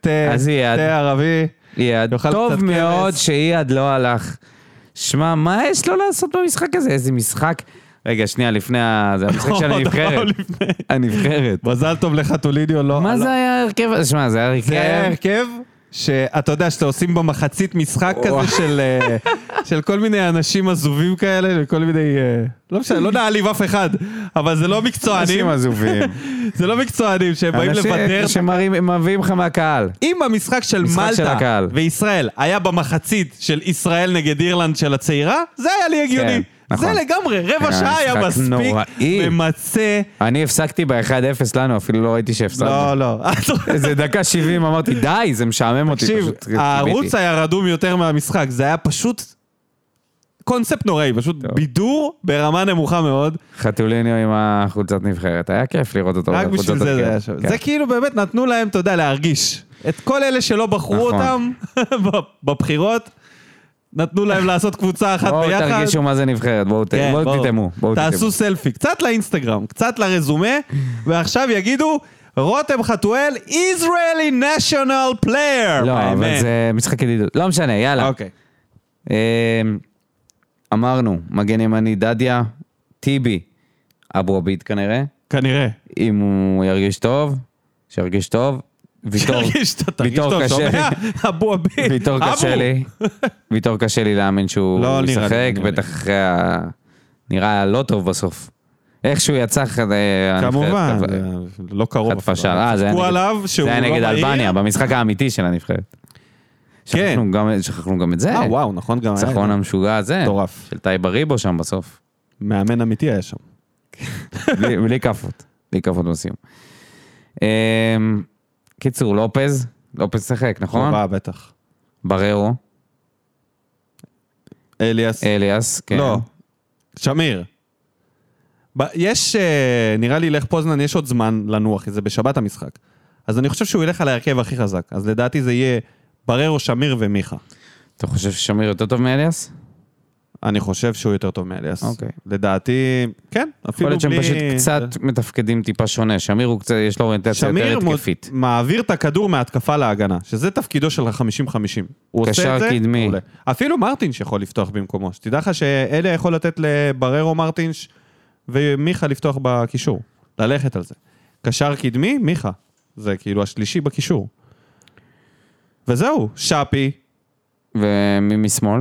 A: תה,
B: אז יהיה.
A: תה ערבי.
B: אייד.
A: יאכל קצת
B: טוב מאוד
A: כבש.
B: שאייד לא הלך. שמע, מה יש לו לעשות במשחק הזה? איזה משחק. רגע, שנייה, לפני ה... זה המשחק של
A: עוד
B: הנבחרת.
A: דבר לפני.
B: הנבחרת.
A: מזל טוב לחתוליניו, לא...
B: מה
A: לא-
B: זה כן? היה ההרכב הזה? שמע, זה היה
A: זה היה
B: הרכב...
A: הרכב שאתה יודע שאתה עושים במחצית משחק
B: וואו.
A: כזה של, אה, של כל מיני אנשים עזובים כאלה, וכל מיני... אה, לא משנה, לא נעליב אף אחד, אבל זה לא מקצוענים,
B: אנשים עזובים.
A: זה לא מקצוענים שהם באים לוותר.
B: אנשים שמביאים לך מהקהל.
A: אם במשחק של
B: משחק של
A: מלטה
B: הקהל.
A: וישראל היה במחצית של ישראל נגד אירלנד של הצעירה, זה היה לי הגיוני.
B: נכון.
A: זה לגמרי, רבע
B: היה
A: שעה היה
B: משחק
A: מספיק,
B: נוראי.
A: ממצה.
B: אני הפסקתי ב-1-0 לנו, אפילו לא ראיתי שהפסדנו.
A: לא, לא.
B: איזה דקה 70 אמרתי, די, זה משעמם אותי.
A: תקשיב,
B: פשוט קיביתי."
A: הערוץ היה רדום יותר מהמשחק, זה היה פשוט קונספט נוראי, פשוט
B: טוב.
A: בידור ברמה נמוכה מאוד, רק
B: בחולצת
A: בשביל זה זה
B: הרכב.
A: היה שם.
B: כן.
A: זה כאילו באמת נתנו להם, אתה יודע, להרגיש. את כל אלה שלא בחרו
B: נכון.
A: אותם בבחירות, נתנו להם לעשות קבוצה אחת
B: בואו
A: ביחד.
B: תרגישו מה זה נבחרת, בואו ת-
A: כן,
B: בואו
A: בואו.
B: תטעמו. בואו
A: תעשו
B: תטעמו.
A: סלפי, קצת לאינסטגרם, קצת לרזומה, ועכשיו יגידו, רותם חתואל, Israeli national player.
B: לא, אבל
A: האמת.
B: זה משחק ידידות. לא משנה, יאללה.
A: אוקיי.
B: אמ, אמרנו, מגן ימני דדיה, טיבי, אבו עביד כנראה,
A: כנראה.
B: אם הוא ירגיש טוב, שירגיש טוב. ויטור,
A: תרגיש, אתה תרגיש
B: ויטור
A: טוב,
B: קשה.
A: שומע? אבו אביב.
B: ויטור קשה לי, ויטור קשה לי להאמין שהוא
A: לא, נראה לי,
B: ישחק,
A: נראה לי.
B: בטח אחרי ה... נראה לא טוב בסוף. איך שהוא יצא אחרי... הנבחרת,
A: כמובן,
B: אבל-
A: זה לא קרוב.
B: חטפה
A: אפילו.
B: שער. אה, זה היה
A: צחקו
B: נגד-
A: עליו שהוא
B: זה היה
A: לא
B: נגד
A: מהיר.
B: אלבניה, במשחק האמיתי של הנבחרת.
A: כן.
B: שכחנו גם- שכחנו גם את זה.
A: אה, וואו, נכון גם היה.
B: הניצחון המשוגע הזה.
A: מטורף.
B: של טייב אריבו שם בסוף.
A: מאמן אמיתי היה שם.
B: בלי בלי כאפות. בלי כאפות בסיום. אמ, קיצור, לופז. לופז שיחק, נכון?
A: חובה בטח.
B: בררו.
A: אליאס.
B: אליאס. כן.
A: לא. שמיר. ב- יש, אה, נראה לי, לך פוזנן, יש עוד זמן לנוח, כי זה בשבת המשחק. אז אני חושב שהוא ילך על ההרכב הכי חזק. אז לדעתי זה יהיה בררו, שמיר ומיכה.
B: אתה חושב ששמיר יותר טוב מאליאס?
A: אני חושב שהוא יותר טוב מאליאס.
B: אוקיי.
A: לדעתי, כן,
B: יכול
A: אפילו בלי...
B: להיות שהם פשוט קצת מתפקדים טיפה שונה. שמיר הוא קצת, יש לו אוריינטציה יותר
A: שמיר מ-
B: התקפית.
A: מעביר את הכדור מההתקפה להגנה, שזה תפקידו של ה-50-50. הוא
B: קשר
A: עושה את זה,
B: קדמי.
A: מעולה. אפילו מרטינש יכול לפתוח במקומו. שתדע לך שאלה יכול לתת לבררו מרטינש ומיכה לפתוח בקישור. ללכת על זה. קשר קדמי, מיכה. זה כאילו השלישי בקישור. וזהו, שפי,
B: ומי משמאל?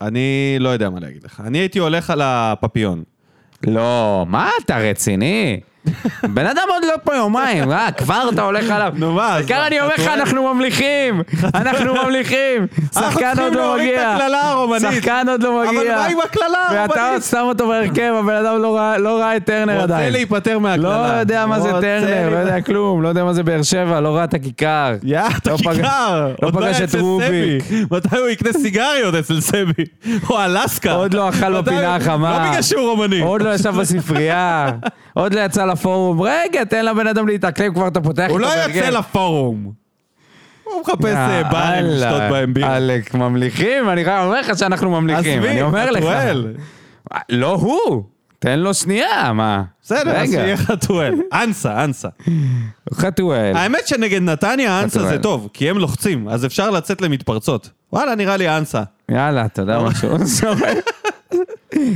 A: אני לא יודע מה להגיד לך. אני הייתי הולך על הפפיון.
B: לא, מה אתה רציני? בן אדם עוד לא פה יומיים, אה, כבר אתה הולך עליו.
A: נו, מה, אז
B: בעיקר אני אומר לך,
A: לא, אתה רואה?
B: אנחנו ממליכים! אנחנו ממליכים!
A: אנחנו
B: שחקן עוד
A: צריכים
B: לא
A: להוריד את
B: מגיע!
A: הקללה הרומנית.
B: שחקן עוד לא מגיע!
A: אבל מה עם הקללה
B: ואתה עוד
A: הרומנית?
B: שם אותו בהרכב, הבן אדם לא ראה- לא ראה את טרנר
A: רוצה
B: עדיין.
A: להיפטר מהקללה.
B: לא יודע מה זה
A: רוצה
B: טרנר, לא
A: להיפטר-
B: יודע כלום, לא יודע מה זה באר שבע, לא ראה את הכיכר.
A: יא, אתה
B: לא פגש-
A: כיכר!
B: לא
A: עוד
B: פגש
A: היה
B: את
A: אצל
B: רוביק.
A: סבי. מתי הוא יקנה סיגריות אצל סבי? או אלסקה.
B: עוד לא אכל
A: מתי-
B: בפינה החמה.
A: לא בגלל שהוא רומני.
B: עוד לא ישב בספרייה, עוד לא יצא לפורום. רגע, תן לבן אדם להתאקלם, כבר אתה פותח
A: הוא
B: איתו
A: לא
B: בהרכב.
A: יצא לפורום. הוא מחפש
B: יאללה,
A: אה, ברים לשתות בהם בירה.
B: עלק, ממליכים? אני חייב אומר לך שאנחנו ממליכים,
A: עזבי,
B: אני אומר לך.
A: חתואל.
B: לא הוא! תן לו שנייה, מה?
A: בסדר, אז
B: רגע.
A: שיהיה חתואל. אנסה, אנסה.
B: חתואל.
A: האמת שנגד נתניה אנסה זה
B: חתואל.
A: טוב, כי הם לוחצים, אז אפשר לצאת למתפרצות. וואלה, נראה לי אנסה.
B: יאללה, אתה יודע משהו.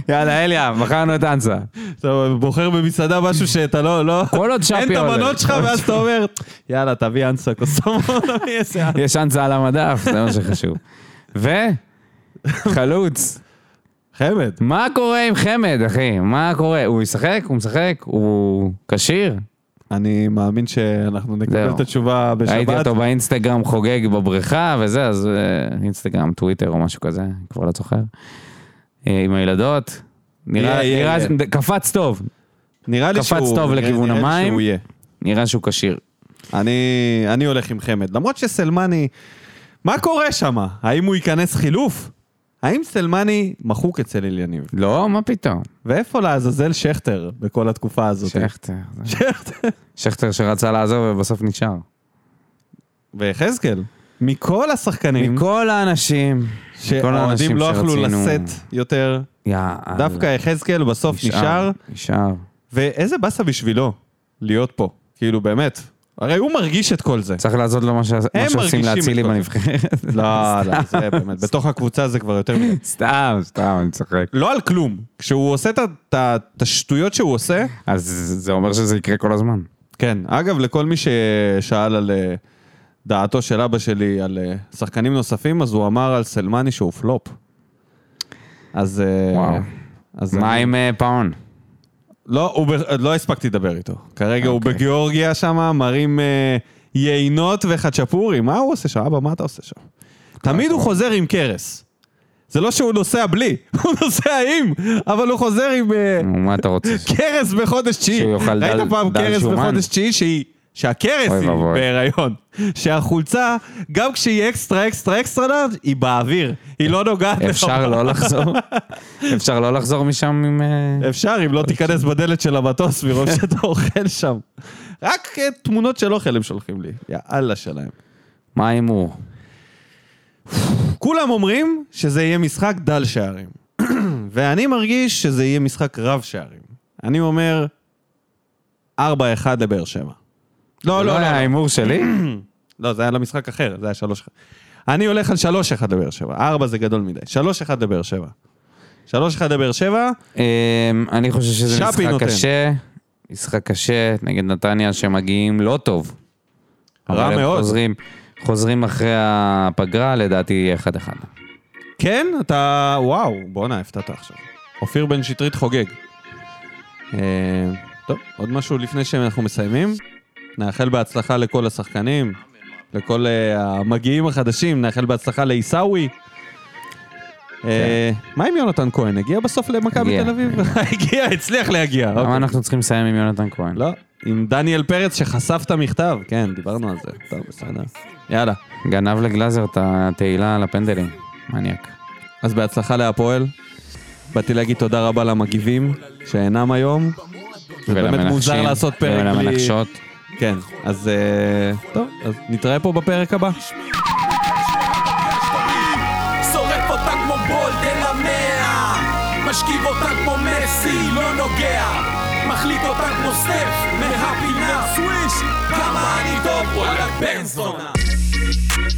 B: יאללה, אליה, מכרנו את אנסה.
A: אתה בוחר במסעדה משהו שאתה לא, לא...
B: כל עוד שפי
A: אין את
B: עולה.
A: המנות שלך,
B: כל עוד
A: ואז
B: שפי-
A: אתה אומר, יאללה, תביא אנסה, קוסומו, תביא איזה אנסה.
B: יש אנסה על המדף, זה מה שחשוב. ו? חלוץ.
A: חמד.
B: מה קורה עם חמד, אחי? מה קורה? הוא ישחק? הוא משחק? הוא כשיר?
A: אני מאמין שאנחנו נקבל
B: זהו.
A: את התשובה
B: ראיתי
A: בשבת.
B: אותו באינסטגרם חוגג בבריכה וזה, אז אה, אינסטגרם, טוויטר או משהו כזה, כבר לא זוכר. אה, עם הילדות. נראה,
A: יהיה,
B: נראה,
A: יהיה.
B: קפץ טוב,
A: נראה לי
B: קפץ
A: שהוא...
B: טוב
A: נראה-
B: לכיוון
A: נראה לי
B: המים.
A: שהוא יהיה.
B: נראה שהוא כשיר.
A: אני, אני הולך עם חמד. למרות שסלמני... מה קורה שם? האם הוא ייכנס חילוף? האם סלמני מחוק אצל אל יניב?
B: לא, מה פתאום?
A: ואיפה לעזאזל שכטר בכל התקופה הזאת?
B: שכטר. זה-
A: שכטר.
B: שכטר שרצה לעזוב ובסוף נשאר.
A: ויחזקאל. מכל השחקנים
B: מכל האנשים, מכל
A: שהאוהדים
B: האנשים
A: לא יכלו
B: שרצינו-
A: לשאת יותר,
B: יאללה.
A: דווקא יחזקאל בסוף נשאר,
B: נשאר.
A: ואיזה באסה בשבילו להיות פה, כאילו באמת. הרי הוא מרגיש את כל זה.
B: צריך לעשות לו מה ש-
A: הם
B: מה שעושים
A: מרגישים
B: להצילי
A: את כל זה.
B: בנבחרת.
A: לא, לא, זה באמת, בתוך הקבוצה זה כבר יותר מדי.
B: סתם, סתם, אני צוחק.
A: לא על כלום. כשהוא עושה את ה- את ה- את השטויות שהוא עושה,
B: אז זה אומר שזה יקרה כל הזמן.
A: כן. אגב, לכל מי ששאל על אה, דעתו של אבא שלי על אה, שחקנים נוספים, אז הוא אמר על סלמני שהוא פלופ. אז... אה,
B: וואו.
A: אז
B: מה
A: אני-
B: עם אה, פאון?
A: לא, הוא ב... עוד לא הספקתי לדבר איתו. כרגע הוא
B: אוקיי.
A: בגיאורגיה שם, מרים אה, יינות וחצ'פורי. מה הוא עושה שם? אבא, מה אתה עושה שם? תמיד הוא חוזר עם קרס. זה לא שהוא נוסע בלי, הוא נוסע עם, אבל הוא חוזר עם אה,
B: נו, מה אתה רוצה?
A: קרס בחודש תשיעי.
B: Mm. שהוא יאכל
A: ראית
B: דל-
A: פעם
B: דל
A: קרס
B: שומן?
A: בחודש תשיעי שהיא... שהקרס
B: אוי
A: היא
B: ואבוי.
A: בהיריון, שהחולצה, גם כשהיא אקסטרה אקסטרה אקסטרה לארג', היא באוויר, היא לא נוגעת לך.
B: אפשר לא לחזור? אפשר לא לחזור משם עם... אה,
A: אפשר, אם לא תיכנס בדלת של המטוס מרוב שאתה אוכל שם. רק אה, תמונות של אוכל הם שולחים לי. יאללה שלהם.
B: מה ההימור?
A: כולם אומרים שזה יהיה משחק דל שערים. ואני מרגיש שזה יהיה משחק רב שערים. אני אומר, 4-1 לבאר שבע. לא,
B: זה
A: לא, לא.
B: ההימור שלי?
A: לא, זה היה למשחק אחר, זה היה 3 אני הולך על 3-1 לבאר שבע. 4 זה גדול מדי. 3-1 לבאר שבע. 3-1 לבאר שבע,
B: אה, אני חושב שזה
A: שפי
B: משחק
A: נותן.
B: קשה. משחק קשה נגד נתניה שמגיעים לא טוב.
A: רע
B: אבל הם
A: מאוד.
B: חוזרים- חוזרים אחרי הפגרה, לדעתי יהיה 1-1.
A: כן, אתה... וואו, בואנה, הפתעת עכשיו. אופיר בן שטרית חוגג. אה, טוב, עוד משהו לפני שאנחנו מסיימים? נאחל בהצלחה לכל השחקנים, לכל אה, המגיעים החדשים, נאחל בהצלחה לעיסאווי. אה, מה עם יונתן כהן? הגיע בסוף למכבי
B: הגיע.
A: תל אביב? הגיע, הצליח להגיע. אוקיי.
B: למה אנחנו צריכים לסיים עם יונתן כהן?
A: לא, עם דניאל פרץ שחשף את המכתב. כן, דיברנו על זה. טוב, בסדר. יאללה.
B: גנב לגלאזר את התהילה על הפנדלים. מניאק.
A: אז בהצלחה להפועל. באתי להגיד תודה רבה למגיבים שאינם היום. זה באמת מוזר
B: ולמנחשים,
A: לעשות פרק בלי...
B: ולמנחשות.
A: כן, אז אה, טוב, אז נתראה פה בפרק הבא.
D: שורף אותה כמו בולט אל המאה משכיב אותה כמו מסי, לא נוגע מחליט אותה כמו סטף מהפינה סוויש כמה אני טוב, וואלה בן זונה